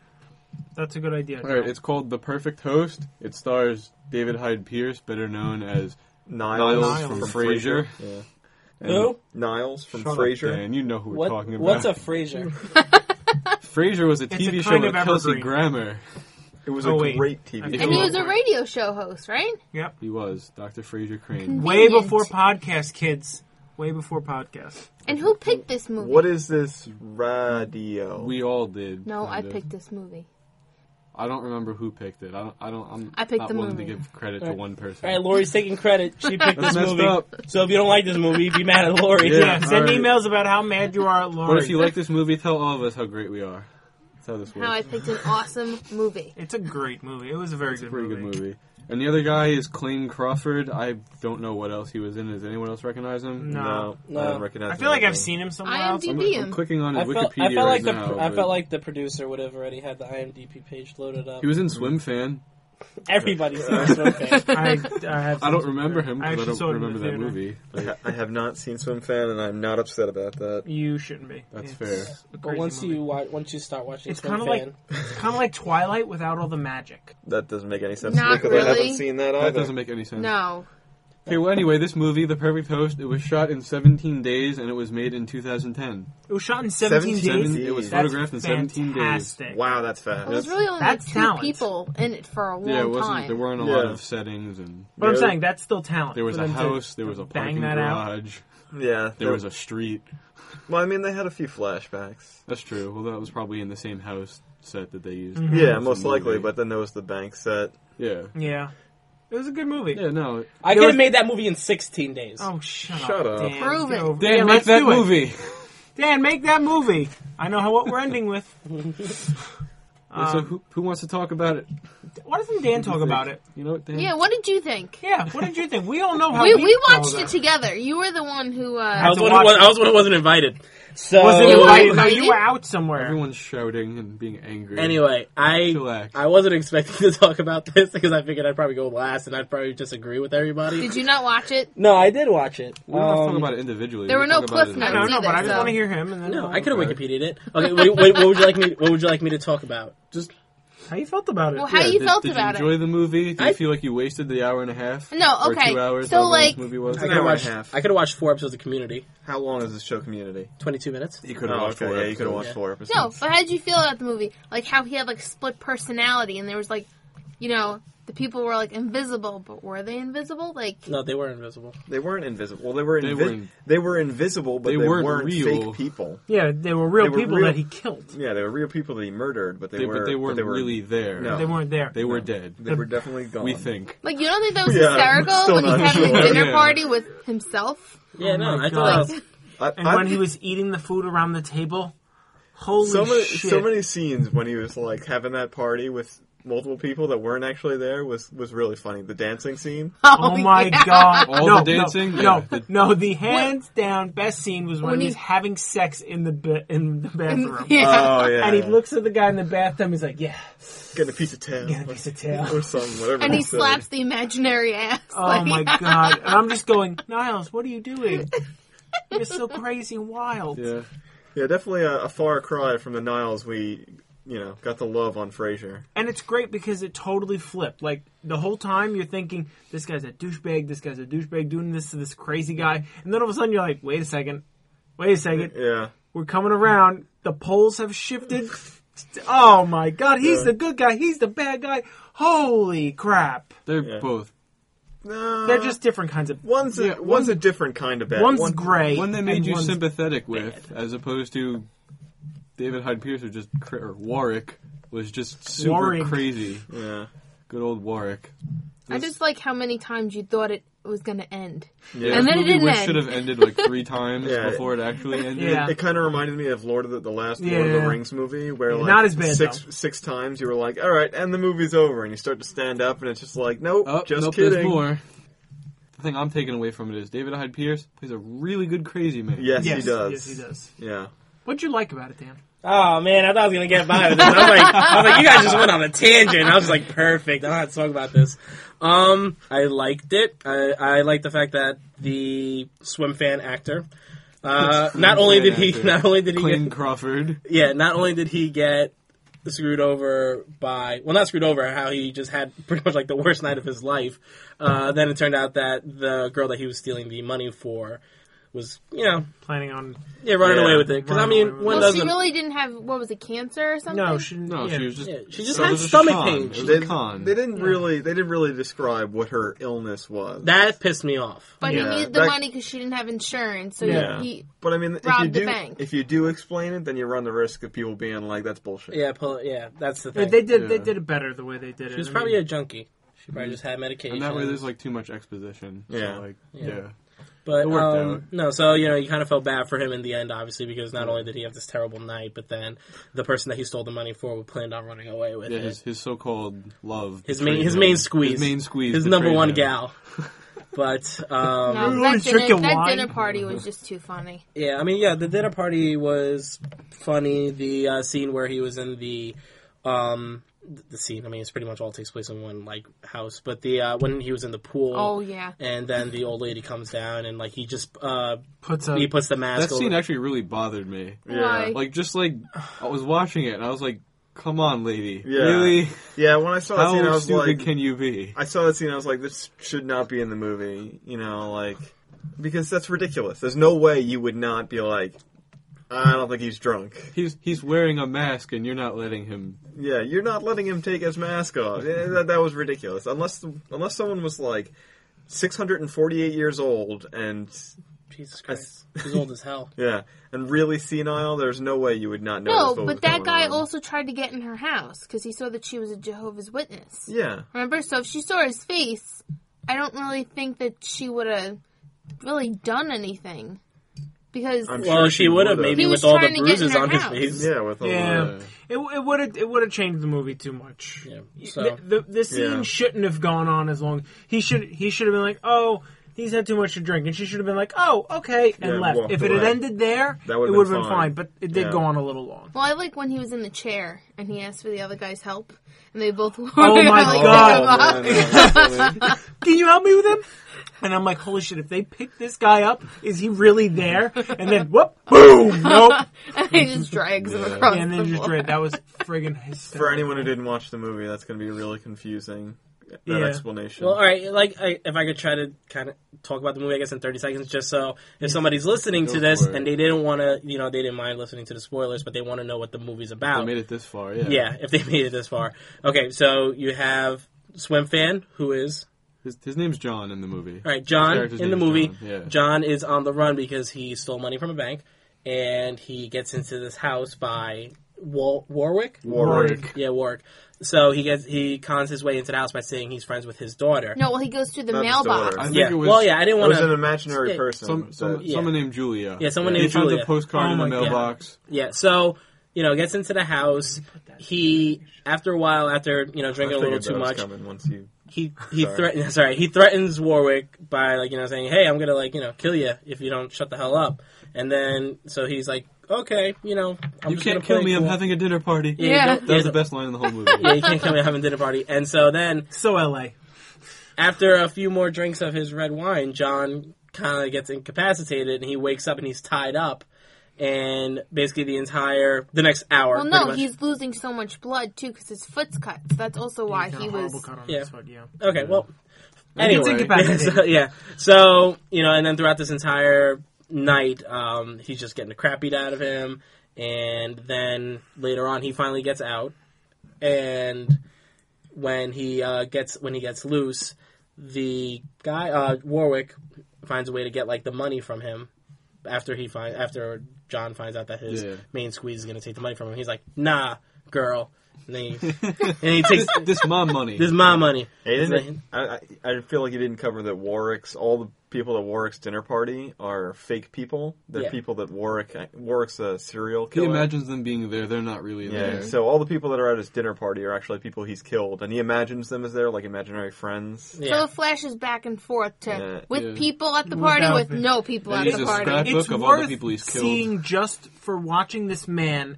S2: That's a good idea.
S1: All right, it's called The Perfect Host. It stars David Hyde Pierce, better known as
S4: Niles,
S1: Niles,
S2: Niles.
S1: from,
S4: from
S1: Frasier.
S4: Frasier. Yeah.
S1: And-
S5: Who?
S4: Niles from
S1: Shut up,
S4: Frasier.
S1: Dan, you know who we're
S5: What,
S1: talking about.
S5: what's a Frasier?
S1: Frasier was a
S2: a
S1: TV show
S2: kind
S1: with
S2: of
S1: Kelsey
S2: evergreen.
S1: Grammer.
S4: It was
S2: Oh,
S4: a
S2: wait.
S4: great TV
S2: And
S4: show.
S3: and he
S2: Oh,
S3: was a
S2: right.
S3: radio show host, right?
S2: Yep.
S1: He was Dr. Frasier Crane.
S2: Way
S3: Convenient.
S2: before podcast, kids. Way before podcast.
S3: And who picked this movie?
S4: What is this radio?
S1: We all did.
S3: No, I
S1: kind of.
S3: picked this movie.
S1: I don't remember who picked it. I don't. I don't. I'm
S3: I picked
S1: not
S3: the
S1: willing
S3: movie.
S1: to give credit to
S5: Alright.
S1: one person.
S5: All right, Lori's taking credit. She picked
S1: That's
S5: this
S1: messed
S5: movie.
S1: up.
S5: So if you don't like this movie, be mad at Lori.
S1: Yeah.
S2: Yeah, send
S1: alright.
S2: emails about how mad you are at Lori.
S1: But if you like this movie, tell all of us how great we are. That's how this works.
S3: How I picked an awesome movie.
S2: It's a great movie. It was a very good,
S1: Pretty
S2: movie.
S1: good movie. And the other guy is Clayne Crawford. I don't know what else he was in. Does anyone else recognize him?
S2: No.
S4: I
S5: No.
S4: don't recognize.
S2: I feel like
S4: him.
S2: I've seen him somewhere else.
S3: IMDb
S1: I'm,
S3: him.
S1: I'm clicking on
S5: I
S1: his
S5: felt,
S1: Wikipedia
S5: I felt
S1: right
S5: like the
S1: now.
S5: I
S1: but
S5: felt like the producer would have already had the IMDb page loaded up.
S1: he was in Swim Fan.
S5: Everybody's seen this movie.
S2: I, I, have
S1: I don't remember him because
S2: I
S1: I,
S2: actually saw
S1: don't
S2: it in the
S1: remember that movie.
S2: theater.
S4: I ha- I have not seen Swim Fan, and I'm not upset about that.
S2: You shouldn't be.
S1: That's
S2: It's
S1: fair.
S2: a
S5: But
S2: crazy
S5: once
S2: movie.
S5: you watch, once you start watching,
S2: It's
S5: Swim
S2: kinda
S5: Fan,
S2: like- it's kind of like Twilight without all the magic.
S4: That doesn't make any sense
S3: Not
S4: because I
S3: really.
S4: haven't seen that either.
S1: That doesn't make any sense.
S3: No.
S1: Okay, well, anyway, this movie, The Perfect Host, it was shot in 17 days and it was made in 202010.
S2: It was shot in 17
S4: 17
S2: days.
S1: It was
S2: That's
S1: photographed in 17 days.
S2: fantastic.
S4: wow, that's fast.
S3: Well, there's really only like
S2: That's
S3: two
S2: talent.
S3: people in it for a long
S1: yeah, it wasn't.
S3: time.
S1: There weren't a lot
S4: Yeah.
S1: of settings, and
S2: But I'm
S4: There-
S2: saying that's still talent.
S1: there was
S2: for
S1: a
S2: them to-
S1: house, there
S2: to
S1: was a
S2: bang
S1: parking
S2: that out.
S1: garage,
S4: yeah,
S1: there was a street.
S4: Well, I mean, they had a few flashbacks.
S1: That's true. Well, that was probably in the same house set that they used.
S4: Yeah,
S1: It's a
S4: most likely.
S1: movie.
S4: But then there was the bank set.
S1: yeah,
S2: Yeah, it was a good movie.
S1: yeah, no.
S5: I could
S2: was-
S5: have made that movie in 16 days.
S2: Oh, shut,
S4: Shut up.
S2: Dan.
S3: Prove
S2: Get
S3: it.
S2: over-
S1: Dan,
S2: Yeah,
S1: make
S2: let's
S1: that
S2: do it.
S1: movie.
S2: Dan, make that movie. I know how what we're ending with.
S1: so
S2: Um,
S1: Uh, who, who wants to talk about it?
S2: why doesn't Dan talk about it?
S1: You know what, Dan?
S3: Yeah, what did you think?
S2: Yeah, what did you think? We all know how
S3: We,
S2: we,
S3: we
S2: felt
S3: watched
S2: about
S3: it together. You were the one who.
S5: I
S3: Uh,
S5: was,
S2: to
S5: one who
S2: watch
S5: was,
S2: it.
S5: I was one who wasn't invited. So
S2: Was
S3: You
S2: it
S3: were
S2: invited? No, you
S3: invited?
S2: were out somewhere.
S1: Everyone's shouting and being angry.
S5: Anyway, I
S1: Chillax.
S5: I wasn't expecting to talk about this because I figured I'd probably go last and I'd probably disagree with everybody.
S3: did you not watch it?
S5: No, I did watch it.
S1: we don't have to
S5: Um,
S1: talk about it individually.
S3: there
S1: We
S3: were no
S1: talk about
S3: cliff
S1: it as a
S3: notes.
S2: No,
S1: group.
S2: no, but I just
S3: so-
S2: want to hear him. And then
S5: No,
S2: I'll-
S5: I could have
S1: Okay.
S5: Wikipedia'd it. Okay, wait, wait, what would you like me? What would you like me to talk about?
S1: Just
S2: How you felt about it?
S3: Well, how
S1: Yeah,
S3: you
S1: did,
S3: felt
S1: did
S3: about
S1: you enjoy
S3: it?
S1: the movie? Do you
S5: I-
S1: feel like you wasted the hour and a half?
S3: No,
S1: Or
S3: okay.
S1: two hours.
S3: So,
S1: however long
S3: like-
S1: this movie was.
S5: I could
S4: hour
S5: have
S4: and a
S5: watched.
S4: half.
S5: I could have watched four episodes of Community.
S4: How long is this show, Community?
S5: 22 minutes.
S1: You
S4: Oh, okay, yeah, you could have watched four episodes.
S3: No, but how did you feel about the movie? Like how he had like split personality, and there was like, you know, the people were like invisible, but were they invisible? Like
S5: No, they were invisible.
S4: They weren't invisible. Well, they were
S1: They
S4: invi-
S1: were in-
S4: they were invisible, but
S1: They
S4: they,
S1: weren't
S4: weren't,
S1: real.
S4: fake people.
S2: Yeah, they were real
S4: They were
S2: people
S4: real.
S2: that he killed.
S4: Yeah, they were real people that he murdered, but they
S1: They,
S4: were
S1: but they weren't
S4: they were,
S1: really there.
S4: No.
S2: They weren't there.
S1: They were dead.
S4: They were definitely gone.
S1: We think.
S3: Like you don't think that was
S4: Yeah, I'm
S3: hysterical
S4: still
S3: when he's
S4: not
S3: having
S4: sure.
S3: a dinner
S1: Yeah.
S3: party with himself?
S5: Yeah, no,
S2: my
S5: I thought I
S2: God.
S5: was,
S4: I,
S2: and
S4: I-
S2: when he was eating the food around the table, holy
S4: so many
S2: shit!
S4: so many scenes when he was like having that party with multiple people that weren't actually there was was really funny. The dancing scene.
S2: Oh my god!
S1: All
S2: no,
S1: the dancing?
S2: No,
S1: Yeah.
S2: no, no, the hands down best scene was when,
S3: When he-
S2: he's having sex in the ba- in the bathroom,
S3: Yeah.
S4: Oh yeah.
S2: and he looks at the guy in the bathroom. He's like, "Yeah,
S4: getting a piece of tail.
S2: get a piece of tail."
S4: or something, whatever.
S3: and he
S4: said.
S3: slaps the imaginary ass.
S2: Oh my god! And I'm just going, Niles, what are you doing? You're so crazy and wild.
S1: Yeah.
S4: Yeah, definitely a, a far cry from the Niles we, you know, got to love on Frasier.
S2: And it's great because it totally flipped. Like the whole time you're thinking, this guy's a douchebag, this guy's a douchebag doing this to this crazy guy, and then all of a sudden you're like, wait a second, wait a second,
S4: Yeah.
S2: we're coming around. The poles have shifted. Oh my god, he's the good guy, he's the bad guy. Holy crap!
S1: They're
S4: Yeah.
S1: both.
S4: No.
S2: They're just different kinds of.
S4: one's a,
S1: Yeah,
S4: one's a different kind of bad.
S2: One's
S4: One-
S2: gray.
S1: One they made
S2: and
S1: you
S2: one's-
S1: sympathetic with, as opposed to David Hyde Pierce or just cra- or Warwick was just super
S2: Warwick.
S1: crazy.
S4: Yeah.
S1: Good old Warwick.
S3: I just like how many times you thought it was gonna end.
S1: Yeah, this
S3: And then it
S1: movie
S3: didn't
S1: was-
S3: end.
S1: should have ended like three times
S4: Yeah.
S1: before it actually ended.
S2: Yeah.
S4: It kind of reminded me of Lord of the, the last Lord of
S2: Yeah.
S4: the Rings movie, where like
S2: Not as bad,
S4: six six times you were like, "All right," and the movie's over, and you start to stand up, and it's just like, "Nope,
S1: Oh,
S4: just
S1: nope,
S4: kidding."
S1: there's more. The thing I'm taking away from it is David Hyde Pierce plays a really good crazy man.
S4: Yes,
S2: Yes,
S4: he does.
S2: Yes, he does.
S4: Yeah.
S2: What'd you like about it, Dan?
S5: oh man, I thought I was gonna get by with this. I was like, I was like, you guys just went on a tangent. I was like, perfect. I don't have to talk about this. Um, I liked it. I, I like the fact that the swim fan actor. Uh,
S1: Swim
S5: not only
S1: fan
S5: did he,
S1: actor.
S5: not only did he
S1: Clayton
S5: get
S1: Crawford.
S5: yeah, not only did he get screwed over by well, not screwed over, how he just had pretty much like the worst night of his life. Uh, then it turned out that the girl that he was stealing the money for was, you know,
S2: Planning on
S5: yeah, running
S4: Yeah.
S5: away with it. Because I
S2: Running away
S5: mean,
S2: with
S5: one
S2: it.
S3: Well, she
S5: doesn't.
S3: really didn't have what was it, cancer or something?
S2: no, she,
S1: No,
S2: yeah.
S1: she was just.
S5: yeah, she just
S1: so
S5: had
S1: it was just
S5: stomach
S1: a con.
S5: pain.
S1: It was
S4: They,
S1: a con.
S4: they didn't really they didn't really describe what her illness was.
S5: that pissed me off.
S3: but
S4: Yeah,
S3: he needed the
S4: that-
S3: money because she didn't have insurance. So
S2: Yeah.
S3: he,
S4: but I mean, if you
S3: robbed the
S4: do
S3: bank.
S4: if you do explain it, then you run the risk of people being like, "That's bullshit."
S5: Yeah, pull, yeah, that's the
S2: They,
S5: thing.
S2: they did. They
S1: Yeah.
S2: did it better the way they did it.
S5: she was
S2: I
S5: probably
S2: mean,
S5: a junkie. She probably just had medication.
S1: mm. and that way, there's like too much exposition.
S4: Yeah.
S1: So, like,
S5: Yeah.
S1: yeah.
S5: But
S1: It worked
S5: um,
S1: out.
S5: no, so you know, you kind of felt bad for him in the end, obviously, because not only did he have this terrible night, but then the person that he stole the money for planned on running away with
S1: Yeah,
S5: it.
S1: his,
S5: His,
S1: his so-called love.
S5: main,
S1: betrayed
S5: his
S1: him.
S5: main squeeze,
S1: His main squeeze.
S5: his number
S1: betrayed
S5: one
S1: him.
S5: gal. But um,
S3: no,
S2: Everyone's
S3: that, dinner,
S2: drinking
S3: that
S2: wine.
S3: dinner party was just too funny.
S5: yeah, I mean, yeah, the dinner party was funny. The uh, scene where he was in the um, th- the scene. I mean, it's pretty much all takes place in one like house. But the uh, when he was in the pool.
S3: Oh yeah,
S5: And then the old lady comes down, and like he just uh,
S2: puts a.
S5: he puts the mask.
S1: That scene
S5: over.
S1: actually really bothered me.
S3: why?
S1: Like, just like I was watching it, and I was like, "Come on, lady,
S4: Yeah.
S1: really?
S4: Yeah, when I saw that
S1: How
S4: scene, I was
S1: stupid
S4: like,
S1: can you be?"
S4: I saw that scene. I was like, this should not be in the movie. You know, like because that's ridiculous. There's no way you would not be like, I don't think he's drunk.
S1: He's he's wearing a mask, and you're not letting him.
S4: Yeah, you're not letting him take his mask off. Yeah, that, that was ridiculous. Unless unless someone was like 648 years old and
S5: Jesus
S4: I
S5: Christ,
S4: s-
S5: he's old as hell.
S4: yeah, and really senile, there's no way you would not know.
S3: no,
S4: what was
S3: but that
S4: going
S3: guy
S4: on.
S3: also tried to get in her house because he saw that she was a Jehovah's Witness.
S4: Yeah,
S3: Remember? So if she saw his face, I don't really think that she would have really done anything. Because
S4: I'm
S5: Well,
S4: sure
S5: she would have
S4: would've.
S5: maybe
S3: He
S5: with
S3: was
S5: all the
S3: trying to get in
S5: bruises
S3: her
S5: on his
S3: house.
S5: face.
S4: yeah, with all
S2: Yeah.
S4: the,
S2: It would have it would have changed the movie too much.
S5: Yeah,
S2: Y-
S5: so-
S2: the, the, the scene
S4: Yeah.
S2: shouldn't have gone on as long. He should he should have been like, oh, he's had too much to drink, and she should have been like, oh, okay, and
S4: Yeah,
S2: left.
S4: walked
S2: If it had
S4: away.
S2: ended there,
S4: That
S2: it
S4: would've
S2: would have
S4: been
S2: been
S4: fine.
S2: fine. But it did
S4: Yeah.
S2: go on a little long.
S3: well, I like when he was in the chair and he asked for the other guy's help, and they both were
S2: Oh my
S3: like,
S4: Oh,
S2: God.
S3: "Pick him up."
S4: man, that's funny.
S2: Can you help me with him? And I'm like, holy shit! If they pick this guy up, is he really there? And then whoop, boom, nope,
S3: and he just drags him
S1: Yeah.
S3: across
S2: and then
S3: the
S2: just
S3: floor.
S2: dread. That was friggin' hysterical.
S4: for anyone who didn't watch the movie, that's going to be really confusing. That
S2: Yeah.
S4: explanation.
S5: Well, all right. Like, I, if I could try to kind of talk about the movie, I guess in thirty seconds, just so if somebody's listening
S1: Go
S5: to this
S1: for it.
S5: and they didn't want to, you know, they didn't mind listening to the spoilers, but they want to know what the movie's
S1: I
S5: about.
S1: made it this far. Yeah.
S5: yeah, if they made it this far. Okay, so you have swim fan who is
S1: His, his name's John in the movie.
S5: All right, John
S1: character's
S5: in the
S1: name is
S5: movie. John,
S1: John, yeah.
S5: is on the run because he stole money from a bank, and he gets into this house by Wal- Warwick.
S4: Warwick.
S5: Yeah, Warwick. So he gets he cons his way into the house by saying he's friends with his daughter.
S3: No, well, he goes through the
S4: Not his
S3: mailbox.
S4: daughter.
S1: I think
S5: yeah.
S1: it was.
S5: well, yeah, I didn't
S4: It
S5: want
S4: was an
S5: to.
S4: imaginary
S5: Yeah.
S4: person.
S1: Some, some,
S4: that-
S5: Yeah.
S1: Someone named Julia.
S5: Yeah, someone
S1: He
S5: named
S1: found
S5: Julia.
S1: the postcard
S5: Oh
S1: in the
S5: my God.
S1: mailbox.
S5: Yeah, so you know, gets into the house. He after a while, after you know,
S4: I
S5: drinking a
S4: figured
S5: little
S4: that
S5: too
S4: was
S5: much,
S4: coming once you-
S5: he he
S4: Sorry.
S5: threatens sorry he threatens Warwick by like you know saying hey I'm gonna like you know kill you if you don't shut the hell up and then so he's like okay you know I'm
S1: You
S5: just
S1: can't
S5: gonna play
S1: kill me. I'm
S5: cool."
S1: having a dinner party.
S5: yeah, you
S3: Yeah.
S5: don't-
S1: That was
S5: yeah,
S1: the best line in the whole movie.
S5: yeah, you can't kill me I'm having a dinner party and so then
S2: So LA.
S5: after a few more drinks of his red wine John kind of gets incapacitated and he wakes up and he's tied up and basically the entire the next hour
S3: Well,
S5: pretty
S3: no,
S5: much.
S3: he's losing so much blood too because his foot's cut. So that's also why
S2: He's got
S3: he
S2: a
S3: was.
S2: horrible cut on
S5: Yeah.
S2: his foot, yeah.
S5: Okay, well,
S2: it's
S5: anyway,
S2: incapacitating.
S5: so, yeah. So you know, and then throughout this entire night, um, he's just getting the crap beat out of him, and then later on, he finally gets out, and when he uh, gets when he gets loose, the guy uh, Warwick finds a way to get like the money from him after he find after John finds out that his
S1: Yeah.
S5: main squeeze is going to take the money from him. He's like, "Nah, girl," and then he, and he takes
S1: this mom money.
S5: this is my money.
S4: Hey,
S5: It's like-
S4: didn't- I, I I feel like you didn't cover that Warwick's all the people at Warwick's dinner party are fake people. They're
S5: Yeah.
S4: people that Warwick Warwick's a serial
S1: he
S4: killer.
S1: imagines them being there. They're not really
S4: Yeah.
S1: there.
S4: So all the people that are at his dinner party are actually people he's killed, and he imagines them as their like imaginary friends.
S5: Yeah.
S3: So it flashes back and forth to
S4: Yeah.
S3: with
S1: Yeah.
S3: people at the
S2: Without
S3: party, with
S2: it.
S3: no people
S1: And
S3: at
S1: he's
S3: the
S1: a
S3: party.
S1: scrap-
S2: It's
S1: Book of all the
S2: worth
S1: people he's killed.
S2: seeing just for watching this man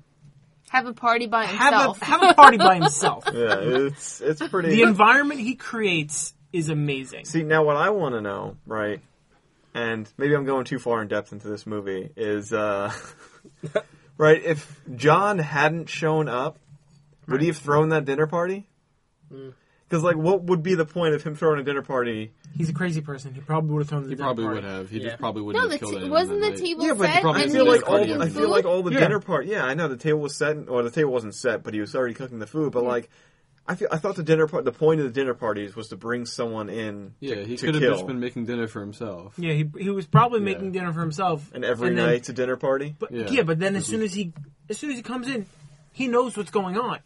S3: have a party by
S2: have
S3: himself.
S2: a have a party by himself.
S4: Yeah, it's it's pretty.
S2: the environment he creates is amazing.
S4: See, now what I want to know, right? And maybe I'm going too far in depth into this movie is uh right, if John hadn't shown up, would he have thrown that dinner party?
S1: Hmm.
S4: Cuz like what would be the point of him throwing a dinner party?
S2: He's a crazy person. He probably would have thrown the
S1: He
S2: dinner
S1: probably
S2: party.
S1: would have. He
S5: Yeah.
S1: just probably wouldn't
S3: No, the
S1: have killed
S3: t-
S1: anyone
S3: wasn't
S1: that
S3: the
S1: night.
S3: table
S1: yeah, but
S3: set?
S1: Probably
S4: I
S3: And
S4: feel
S3: he
S4: like
S3: was
S4: all
S3: cooking
S4: I feel
S3: food?
S4: like all the
S2: Yeah.
S4: dinner part. Yeah, I know the table was set, or the table wasn't set, but he was already cooking the food. But like, I feel I thought the dinner part. The point of the dinner parties was to bring someone in.
S1: Yeah,
S4: to,
S1: he
S4: to
S1: could have
S4: kill.
S1: just been making dinner for himself.
S2: Yeah, he, he was probably
S1: Yeah.
S2: making dinner for himself.
S4: And every
S2: then-
S4: night's a dinner party.
S2: But yeah.
S1: Yeah.
S2: but then as soon as he as soon as he comes in, he knows what's going on.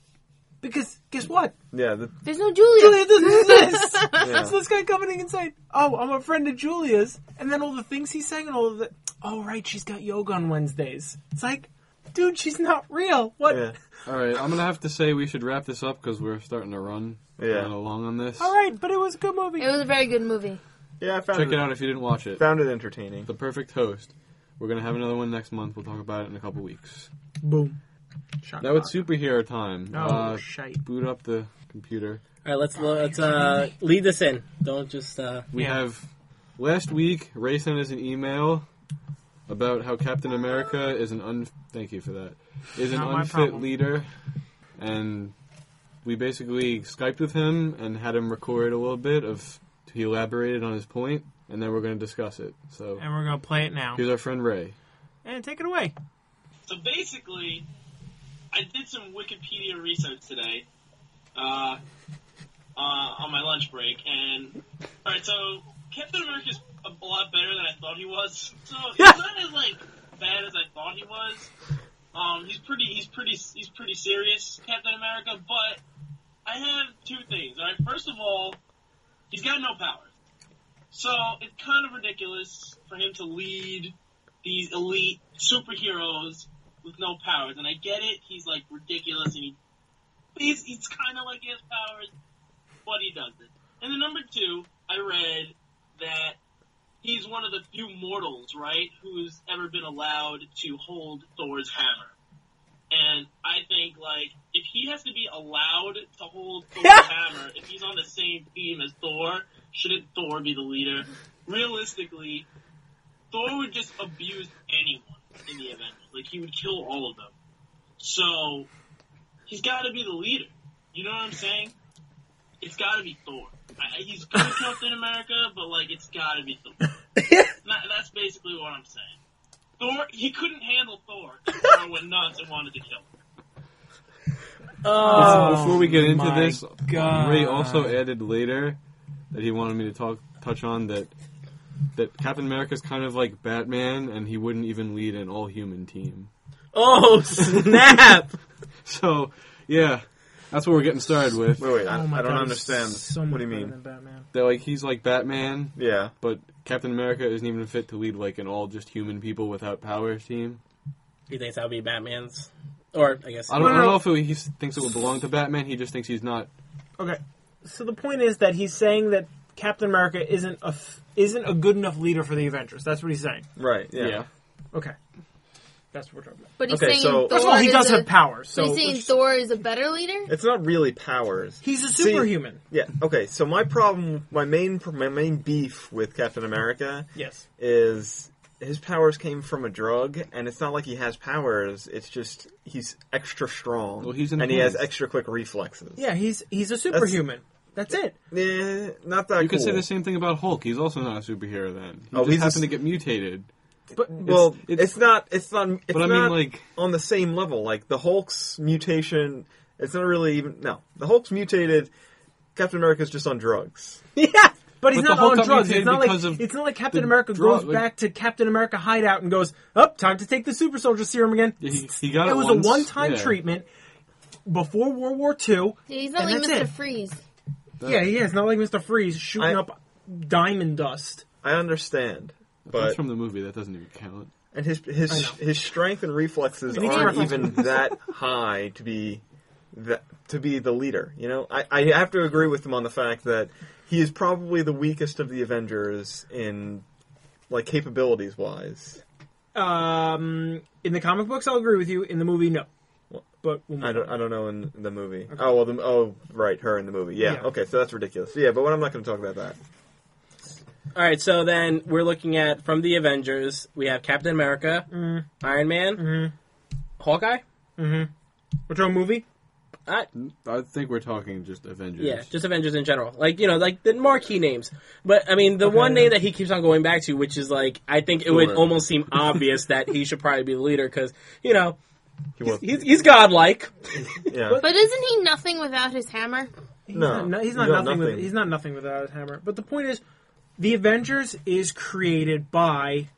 S2: Because guess what?
S4: Yeah, the,
S3: There's no Julia.
S2: Julia doesn't exist.
S4: Yeah.
S2: So this guy coming in and saying, "Oh, I'm a friend of Julia's," and then all the things he's saying and all of the, "Oh, right, she's got yoga on Wednesdays." It's like, dude, she's not real. What?
S4: yeah.
S1: All right, I'm gonna have to say we should wrap this up because we're starting to run
S4: Yeah.
S1: run along on this.
S2: All right, but it was a good movie.
S3: It was a very good movie.
S4: Yeah, I found
S1: Check
S4: it,
S1: it out if you didn't watch it.
S4: found it entertaining.
S1: The Perfect Host. We're gonna have another one next month. We'll talk about it in a couple weeks.
S2: Boom. Shot
S1: Now it's superhero time.
S2: Oh
S1: uh,
S2: shite.
S1: boot up the computer.
S5: All right, let's let's uh, lead this in. Don't just uh,
S1: We
S2: Yeah.
S1: have last week. Ray sent us an email about how Captain America is an un. Thank you for that. Is an
S2: Not my
S1: unfit
S2: problem.
S1: leader, and we basically skyped with him and had him record a little bit of. He elaborated on his point, and then we're going to discuss it. So
S2: And we're gonna play it now.
S1: here's our friend Ray.
S2: And take it away.
S6: So basically, I did some Wikipedia research today uh, uh, on my lunch break, and all right, so Captain America's a lot better than I thought he was. So he's not as like bad as I thought he was. Um, he's pretty, he's pretty, he's pretty serious, Captain America. But I have two things. All right, first of all, he's got no power, so it's kind of ridiculous for him to lead these elite superheroes with no powers. And I get it, he's like ridiculous and he he's, he's kind of like he has powers, but he doesn't. And then number two, I read that he's one of the few mortals, right, who's ever been allowed to hold Thor's hammer. And I think like if he has to be allowed to hold Thor's hammer, if he's on the same team as Thor, shouldn't Thor be the leader? Realistically, Thor would just abuse anyone in the Avengers. Like he would kill all of them. So he's got to be the leader. You know what I'm saying? It's got to be Thor. I, I- he's good Captain America, but like it's got to be Thor. And that, that's basically what I'm saying. Thor, he couldn't handle Thor. Thor went nuts and wanted to kill him.
S1: Before- Before we get into
S2: my
S1: this,
S2: God.
S1: Ray also added later that he wanted me to talk touch on that that Captain America's kind of like Batman and he wouldn't even lead an all human team.
S5: oh snap!
S1: So yeah, that's what we're getting started with.
S4: Wait, wait, I,
S2: Oh my
S4: I don't
S2: God, he's
S4: understand.
S2: So
S4: what
S2: much
S4: do you
S2: better
S4: mean?
S2: than Batman.
S1: That like he's like Batman,
S4: Yeah,
S1: but Captain America isn't even fit to lead like an all just human people without powers team.
S5: he thinks that'll be Batman's, or I guess
S1: I don't, I
S2: No, no,
S1: don't know if he s- thinks it would belong to Batman. He just thinks he's not.
S2: Okay. So the point is that he's saying that Captain America isn't a f- isn't a good enough leader for the Avengers. That's what he's saying.
S4: right. Yeah.
S1: yeah.
S2: Okay. That's what we're talking about.
S3: But he's
S4: Okay,
S3: saying
S4: so-
S3: Thor
S2: First of all, he
S3: is
S2: does
S3: a,
S2: have powers.
S3: So
S2: So
S3: he's saying
S2: let's-
S3: Thor is a better leader.
S4: It's not really powers.
S2: he's a
S4: See-
S2: superhuman.
S4: Yeah. Okay. So my problem, my main, my main beef with Captain America
S2: Yes.
S4: is his powers came from a drug, and it's not like he has powers. It's just he's extra strong.
S1: Well, he's
S4: and he has
S1: enhanced.
S4: extra quick reflexes.
S2: Yeah, he's he's a superhuman. That's, it.
S4: Eh, not that
S1: You
S4: cool.
S1: could say the same thing about Hulk. He's also not a superhero. Then he
S4: Oh,
S1: just
S4: he's
S1: happened
S4: just-
S1: to get mutated.
S2: But
S4: Well, it's,
S1: it's-
S4: not. It's not. It's
S1: But I mean,
S4: not
S1: like,
S4: on the same level. Like the Hulk's mutation. It's not really even. No, the Hulk's mutated. Captain America's just on drugs.
S2: yeah, but
S1: But the
S2: he's not
S1: Hulk
S2: on
S1: got
S2: drugs. It's
S1: mutated
S2: not like
S1: because of
S2: it's not like Captain
S1: the
S2: America
S1: drug,
S2: goes
S1: like-
S2: back to Captain America hideout and goes, "Up, time to take the super soldier serum again."
S1: he, he got it.
S2: it was
S1: once,
S2: a one-time
S1: yeah.
S2: treatment before World War II.
S3: Yeah, he's not
S2: And
S3: like
S2: that's
S3: Mr.
S2: it.
S3: Freeze.
S2: Yeah, he is. Not like Mister Freeze shooting
S4: I-
S2: up diamond dust.
S4: I understand,
S1: That's
S4: but
S1: from the movie. That doesn't even count.
S4: and his
S2: I
S4: his
S2: know.
S4: his strength and reflexes
S2: He's
S4: aren't
S2: terrifying.
S4: even that high to be that to be the leader. You know, I, I have to agree with him on the fact that he is probably the weakest of the Avengers in like capabilities wise.
S2: Um, in the comic books, I'll agree with you. In the movie, no. But we'll move
S4: I don't.
S2: on.
S4: I don't know in the movie. Oh well. The, oh right, her in the movie. Yeah.
S2: Yeah.
S4: Okay, so that's ridiculous. Yeah, but I'm not going to talk about that.
S5: All right, so then we're looking at from the Avengers. We have Captain America,
S2: Mm.
S5: Iron Man,
S2: Mhm.
S5: Mm-hmm. Hawkeye.
S2: Which one movie?
S5: I,
S1: I think we're talking just Avengers.
S5: Uh, yeah, just Avengers in general. Like you know, like the marquee names. But I mean, the one name that he keeps on going back to, which is like, I think it would
S4: Thor.
S5: almost seem obvious that he should probably be the leader because you know
S4: He won't-
S5: he's, he's godlike.
S4: yeah.
S3: But isn't he nothing without his hammer?
S2: He's
S4: No.
S2: not, he's
S4: You
S2: not
S4: got
S2: nothing, With,
S4: nothing.
S2: he's not nothing without his hammer. But the point is, the Avengers is created by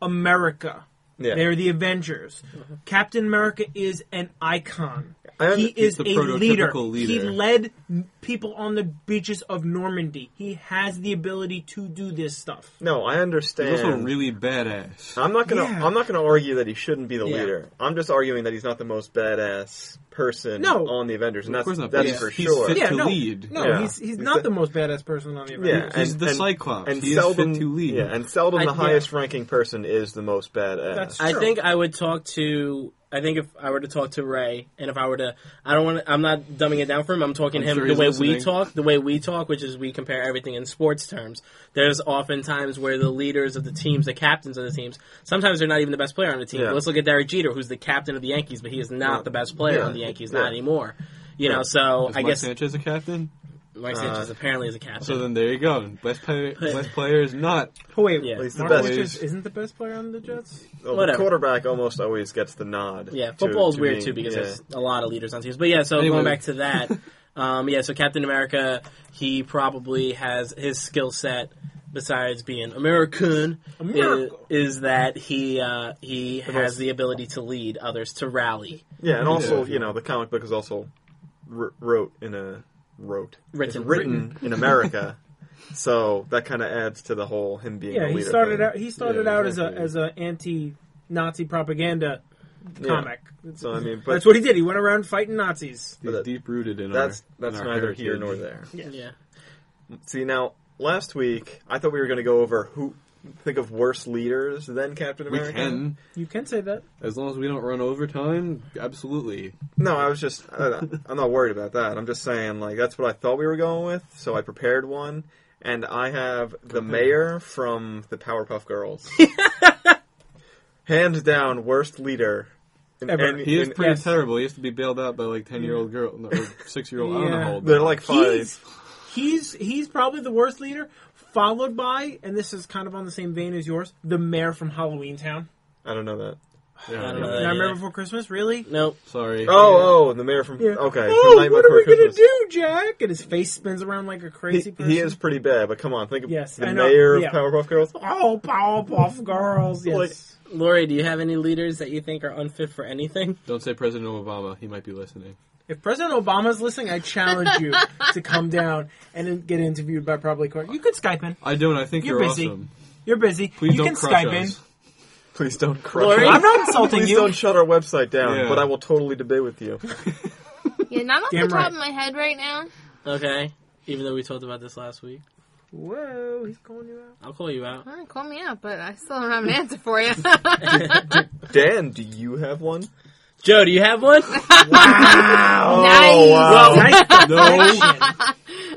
S2: America.
S4: Yeah.
S2: They're the Avengers.
S1: Mm-hmm.
S2: Captain America is an icon.
S4: I
S2: He
S4: under-
S2: is a
S1: the
S2: leader.
S1: prototypical
S2: He
S1: leader.
S2: led m- people on the beaches of Normandy. He has the ability to do this stuff.
S4: no, I understand.
S1: He's also really badass.
S4: I'm not gonna.
S2: Yeah.
S4: I'm not gonna argue that he shouldn't be the
S5: Yeah.
S4: leader. I'm just arguing that he's not the most badass person
S2: No.
S4: on the Avengers, and
S1: Of
S4: that's
S1: course not, but
S4: that's
S1: he's-
S4: for
S1: he's
S4: sure.
S1: fit-
S2: Yeah,
S1: to
S2: no,
S1: lead.
S2: no,
S4: Yeah.
S2: he's he's
S4: He's
S2: not
S4: the-
S2: the most badass person on the
S4: yeah,
S2: Avengers.
S4: and,
S1: He's the
S4: and-
S1: Cyclops.
S4: and
S1: he
S4: seldom
S1: is fit to lead.
S4: Yeah, and seldom
S5: I-
S4: the
S5: yeah.
S4: highest ranking person is the most badass.
S2: That's
S5: I
S2: Sure.
S5: think I would talk to. I think if I were to talk to Ray, and if I were to, I don't want. to I'm not dumbing it down for him. I'm talking
S1: I'm
S5: to him
S1: sure
S5: the
S1: he's
S5: way we
S1: listening.
S5: talk. The way we talk, which is we compare everything in sports terms. There's often times where the leaders of the teams, the captains of the teams, sometimes they're not even the best player on the team.
S4: Yeah.
S5: Let's look at Derek Jeter, who's the captain of the Yankees, but he is not the best player
S4: Yeah.
S5: on the Yankees,
S4: Yeah.
S5: not anymore. You
S4: Yeah.
S5: know, so
S1: Is
S5: I
S1: Mike
S5: guess
S1: Sanchez a captain?
S5: Mike Sanchez apparently is a captain.
S1: So then there you go. Best player, best player is not.
S2: Oh, wait,
S5: Yeah.
S4: He's the
S2: Mark
S4: best.
S2: Richards isn't the best player on the Jets.
S4: Well, the
S5: Whatever.
S4: quarterback almost always gets the nod.
S5: Yeah,
S4: to-
S5: football's
S4: to
S5: weird
S4: being-
S5: too because
S4: yeah.
S5: there's a lot of leaders on teams. But yeah, so
S1: Anyway.
S5: going back to that, um, yeah, so Captain America, he probably has his skill set besides being American i- is,
S2: America.
S5: that he uh, he has
S4: most-
S5: the ability to lead others to rally.
S4: yeah, and also
S1: Yeah.
S4: you know the comic book is also wr- wrote in a wrote
S5: Written.
S4: It's written in America, so that kind of adds to the whole him being
S2: Yeah,
S4: a leader.
S2: he started
S4: thing.
S2: out. He started
S1: Yeah,
S2: out
S1: exactly.
S2: as a as a anti-Nazi propaganda
S4: Yeah.
S2: comic.
S4: So I mean, but
S2: That's what he did. He went around fighting Nazis.
S1: He's
S4: that-
S1: deep rooted in
S4: that's
S1: our.
S4: that's
S1: in our
S4: neither here
S1: heritage.
S4: nor there.
S5: Yeah.
S4: See now, last week I thought we were going to go over who think of worse leaders than Captain
S1: We
S4: America.
S1: can,
S2: You can say that.
S1: as long as we don't run overtime. Absolutely.
S4: No, I was just I, I'm not worried about that. I'm just saying like that's what I thought we were going with, so I prepared one, and I have the mayor from the Powerpuff Girls, hands down worst leader. in
S2: Ever.
S4: any-
S1: He is
S4: in-
S1: pretty
S2: Yes.
S1: terrible. He has to be bailed out by like ten year old girl, no, or six year old. I don't know
S2: Yeah.
S1: how old.
S4: They're like five.
S2: He's he's he's probably the worst leader. Followed by, and this is kind of on the same vein as yours, the mayor from Halloween Town.
S4: I don't know that.
S1: Yeah,
S5: I don't
S4: Uh,
S1: yeah.
S5: know.
S2: Nightmare
S5: yeah.
S2: Before Christmas, really?
S5: Nope.
S1: Sorry.
S4: Oh, oh, the mayor from okay. from
S2: Oh,
S4: Nightmare
S2: what are
S4: Before
S2: we gonna
S4: Christmas.
S2: do, Jack? And his face spins around like a crazy
S4: He,
S2: person.
S4: he is pretty bad, but come on, think of
S2: Yes,
S4: the
S2: I know,
S4: mayor
S2: yeah.
S4: of Powerpuff Girls.
S2: Oh, Powerpuff Girls. Yes.
S4: Like-
S5: Lori, do you have any leaders that you think are unfit for anything?
S1: Don't say President Obama. He might be listening.
S2: If President Obama's listening, I challenge you to come down and then get interviewed by probably court. You could Skype in.
S1: I don't. I think
S2: You're
S1: you're,
S2: busy.
S1: awesome.
S2: You're busy.
S1: Please
S2: you
S1: don't
S2: can
S1: crush
S2: Skype
S1: us.
S4: Please don't crush.
S5: Lori?
S2: in.
S4: us.
S2: I'm not insulting
S4: Please
S2: you.
S4: don't shut our website down.
S1: Yeah.
S4: But I will totally debate with you.
S3: Yeah, not off
S2: Damn
S3: the top
S2: right.
S3: of my head right now.
S5: Okay. Even though we talked about this last week,
S2: Whoa, he's calling you out.
S5: I'll call you out.
S3: All right, call me out, but I still don't have an answer for you.
S4: Dan, do you have one? Oh,
S5: Joe, do you have one?
S3: nice.
S2: Nice.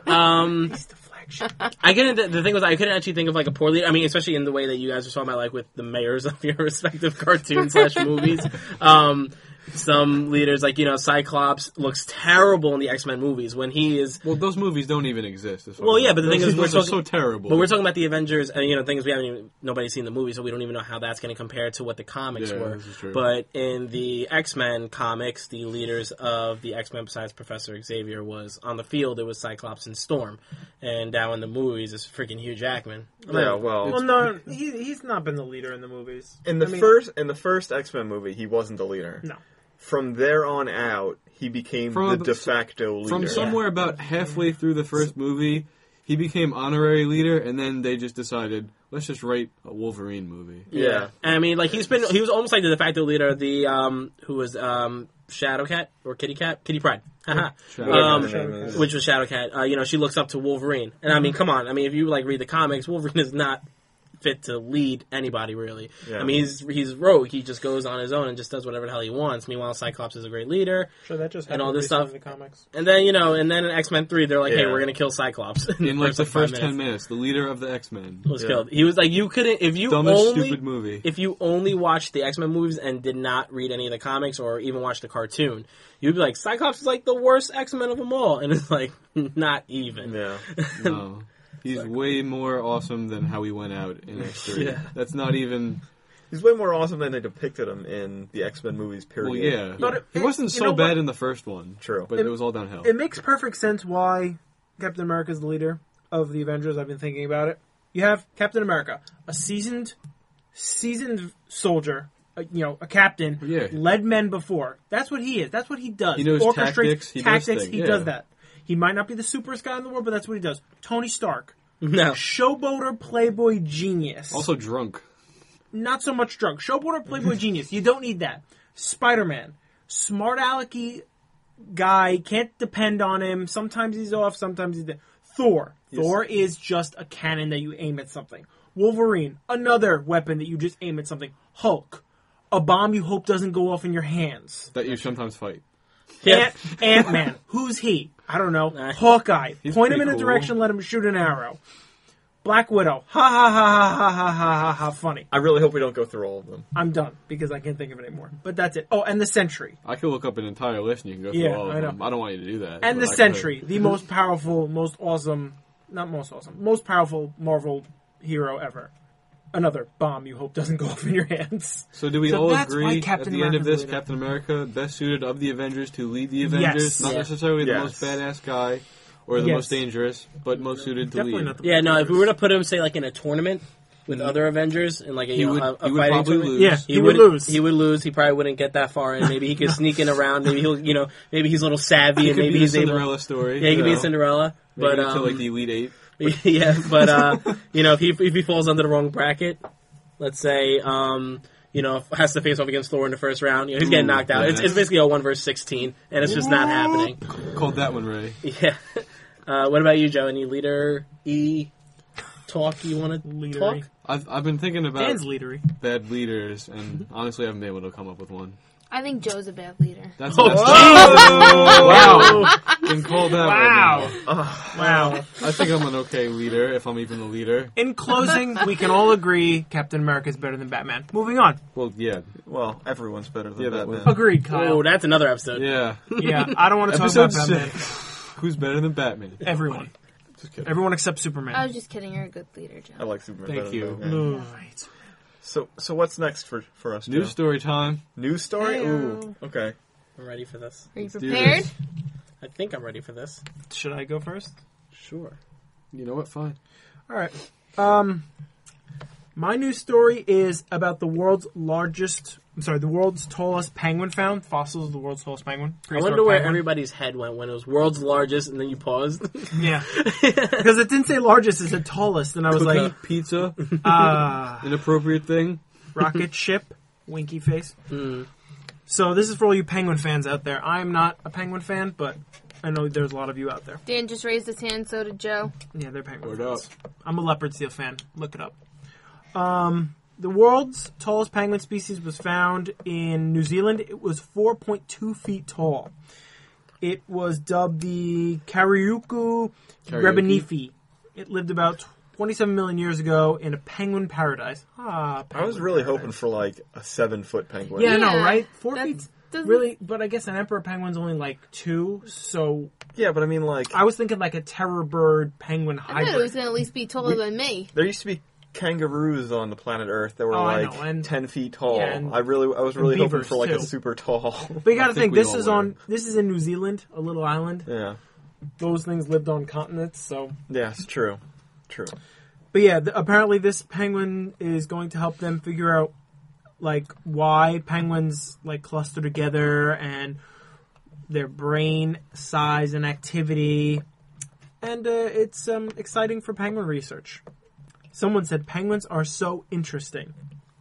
S1: No.
S5: Um,
S2: He's the flagship.
S5: I couldn't. The, the thing was, I couldn't actually think of like a poor leader. I mean, especially in the way that you guys were talking about, like with the mayors of your respective cartoons slash movies. Um, some leaders, like you know, Cyclops looks terrible in the X Men movies when he is.
S1: well, those movies don't even exist. as far
S5: Well,
S1: as-
S5: yeah, but the thing
S1: Those
S5: is, we're
S1: movies are so
S5: talking-
S1: terrible.
S5: But we're talking about the Avengers, and you know, things we haven't even nobody's seen the movie, so we don't even know how that's going to compare to what the comics
S1: Yeah,
S5: were.
S1: this is true.
S5: But in the X Men comics, the leaders of the X Men, besides Professor Xavier, was on the field. It was Cyclops and Storm, and now in the movies, it's freaking Hugh Jackman. I mean,
S4: Yeah, well,
S2: well, no, he, he's not been the leader in the movies.
S4: in the
S2: I mean,
S4: first in the first X Men movie, he wasn't the leader.
S2: No.
S4: From there on out, he became
S1: From
S4: the
S1: ab-
S4: de facto leader.
S1: From somewhere about halfway through the first movie, he became honorary leader, and then they just decided let's just write a Wolverine movie.
S4: yeah.
S5: I mean, like he's been he was almost like the de facto leader of the um who was um Shadowcat or Kitty Cat, Kitty Pride. Haha.
S1: Shadow.
S4: Whatever
S5: um,
S4: her name is.
S5: which was
S4: Mm-hmm.
S5: Shadowcat. Uh, you know, she looks up to Wolverine, and I mean, come on. I mean, if you like read the comics, Wolverine is not fit to lead anybody really.
S4: Yeah.
S5: I mean, he's he's rogue. He just goes on his own and just does whatever the hell he wants. Meanwhile, Cyclops is a great leader.
S2: Sure, that just
S5: And
S2: happened
S5: all this
S2: recently
S5: stuff-
S2: in the comics.
S5: And then you know, and then in X Men Three, they're like, "Hey,
S4: Yeah.
S5: we're gonna kill Cyclops."
S1: in like the first
S5: five
S1: ten
S5: minutes,
S1: minutes, the leader of the X Men.
S5: was
S4: Yeah.
S5: killed. He was like, "You couldn't if you
S1: Dumbest
S5: only
S1: stupid movie.
S5: if you only watched the X Men movies and did not read any of the comics or even watch the cartoon, you'd be like, Cyclops is like the worst X Men of them all, and it's like not even.
S4: Yeah.
S1: No. He's way more awesome than how he went out in X3.
S5: Yeah.
S1: That's not even.
S4: He's way more awesome than they depicted him in the X Men movies. Period.
S1: Well, yeah.
S2: But it-
S1: he wasn't
S2: you
S1: so
S2: know
S1: bad
S2: what?
S1: in the first one.
S4: True.
S1: But it, was all downhill.
S2: It makes perfect sense why Captain America is the leader of the Avengers. I've been thinking about it. You have Captain America, a seasoned, seasoned soldier, a, you know, a captain,
S1: Yeah.
S2: led men before. That's what he is. That's what he does.
S1: He knows
S2: Orchestrates
S1: tactics, he does
S2: tactics,
S1: things,
S2: he
S1: yeah.
S2: does that. He might not be the superest guy in the world, but that's what he does. Tony Stark,
S5: No,
S2: showboater, playboy, genius.
S1: also drunk.
S2: not so much drunk. Showboater, playboy, genius. You don't need that. Spider Man, smart alecky guy. Can't depend on him. Sometimes he's off. Sometimes he's. De- Thor. Thor is just a cannon that you aim at something. Wolverine, another weapon that you just aim at something. Hulk, a bomb you hope doesn't go off in your hands.
S1: That you sometimes fight.
S5: yeah.
S2: Ant Ant Man, who's he? I don't know.
S5: Nah.
S2: Hawkeye, point him in
S1: pretty
S2: a
S1: cool.
S2: direction, let him shoot an arrow. Black Widow, ha ha ha ha ha ha ha ha ha. Funny.
S4: I really hope we don't go through all of them.
S2: I'm done because I can't think of it anymore. But that's it. Oh, and the Sentry.
S1: I could look up an entire list and you can go through
S2: Yeah,
S1: all of
S2: I know.
S1: them. I don't want you to do that.
S2: And the
S1: but I
S2: Sentry,
S1: could.
S2: the most powerful, most awesome, not most awesome, most powerful Marvel hero ever. Another bomb you hope doesn't go off in your hands.
S1: So do we
S2: So
S1: all
S2: that's why
S1: agree at
S2: Captain
S1: the end of
S2: America's
S1: this,
S2: leader.
S1: Captain America, best suited of the Avengers to lead the Avengers?
S2: Yes.
S1: Not
S5: Yeah.
S1: necessarily the
S4: Yes.
S1: most badass guy or the
S2: Yes.
S1: most dangerous, but most suited to lead.
S5: yeah, no. If we were to put him, say, like in a tournament with other Avengers and like a, you know,
S1: would-
S5: a, a
S1: Mm-hmm. he would
S5: fighting
S1: probably
S5: tournament,
S1: lose. Yeah,
S2: he would lose.
S5: He would lose. He probably wouldn't get that far, and maybe he could sneak in around. Maybe he'll, you know, maybe he's a little savvy, and
S1: Could
S5: maybe
S1: be the
S5: he's
S1: Cinderella
S5: able.
S1: story.
S5: Yeah, he
S1: you
S5: could be a
S1: know,
S5: Cinderella,
S1: maybe
S5: but
S1: until,
S5: um,
S1: like the Elite Eight.
S5: yeah, but uh, you know, if he if he falls under the wrong bracket, let's say, um, you know, has to face off against Thor in the first round, you know, he's getting
S1: Ooh,
S5: knocked out.
S1: yeah,
S5: It's, it's
S1: that's-
S5: basically a one versus sixteen, and it's just not happening.
S1: Called that one Ray.
S5: Yeah. Uh, what about you, Joe? Any leader e talk you want to talk?
S2: Leadery.
S1: I've I've been thinking about
S2: Dan's leadery.
S1: bad leaders, and honestly, I haven't been able to come up with one.
S3: I think Joe's a bad leader.
S1: That's
S5: Oh,
S1: that's
S2: Wow.
S1: can call that.
S2: Wow.
S1: Right now.
S2: Wow.
S1: I think I'm an okay leader if I'm even a leader.
S2: In closing, we can all agree Captain America is better than Batman. Moving on.
S1: Well, yeah,
S4: Well, everyone's better than
S1: Yeah, that
S4: Batman.
S1: was-
S2: Agreed, Kyle.
S5: Oh, that's another episode.
S1: yeah.
S2: Yeah, I don't want to talk
S1: Episode
S2: about Batman.
S1: six. Who's better than Batman?
S2: Everyone.
S1: Just kidding.
S2: Everyone except Superman.
S3: I was just kidding. You're a good leader, Joe.
S4: I like Superman.
S1: Thank
S4: better than
S1: you.
S4: Batman.
S2: All right.
S4: So, so what's next for for us?
S1: News
S4: Joe?
S1: story time.
S4: News story.
S3: Hey-o.
S4: Ooh. Okay.
S5: I'm ready for this.
S3: Are you
S1: do
S3: prepared?
S1: this.
S5: I think I'm ready for this.
S2: Should I go first?
S5: Sure.
S1: You know what? Fine.
S2: All right. Um, my news story is about the world's largest. I'm sorry, the world's tallest penguin found. Fossils of the world's tallest penguin.
S5: I wonder where everybody's head went when it was world's largest, and then you paused.
S2: Yeah, because it didn't say largest; it said tallest, and I was like,
S1: Cookie, pizza,
S2: ah,
S1: inappropriate thing.
S2: rocket ship, winky face.
S5: Hmm.
S2: So this is for all you penguin fans out there. I'm not a penguin fan, but I know there's a lot of you out there.
S3: Dan just raised his hand. So did Joe.
S2: Yeah, they're penguin
S1: Word up.
S2: fans. I'm a leopard seal fan. Look it up. Um, the world's tallest penguin species was found in New Zealand. It was 4.2 feet tall. It was dubbed the Kariuku rebenifi. It lived about 27 million years ago in a penguin paradise. Ah,
S4: I was
S2: penguin
S4: really
S2: paradise.
S4: hoping for like a seven foot penguin.
S2: Yeah, no,
S3: Yeah,
S2: right? Four
S3: that's-
S2: feet.
S3: doesn't-
S2: Really, but I guess an emperor penguin's only like two, so
S4: Yeah, but I mean, like,
S2: I was thinking like a terror bird penguin
S3: I thought it was
S2: hybrid.
S3: gonna at least be taller than me.
S4: there used to be kangaroos on the planet Earth that were
S2: Oh, I
S4: like
S2: know, and-
S4: ten feet tall.
S2: yeah, and-
S4: I really, I was really hoping
S2: beavers,
S4: for like a
S2: too.
S4: super tall.
S2: But you got to
S1: think
S2: think,
S1: we
S2: this
S1: all
S2: is
S1: were.
S2: on this is in New Zealand, a little island.
S4: yeah,
S2: Those things lived on continents, so.
S4: yeah, it's true, true.
S2: But yeah, th- apparently this penguin is going to help them figure out like why penguins like cluster together and their brain size and activity. And uh, it's um, exciting for penguin research. Someone said penguins are so interesting.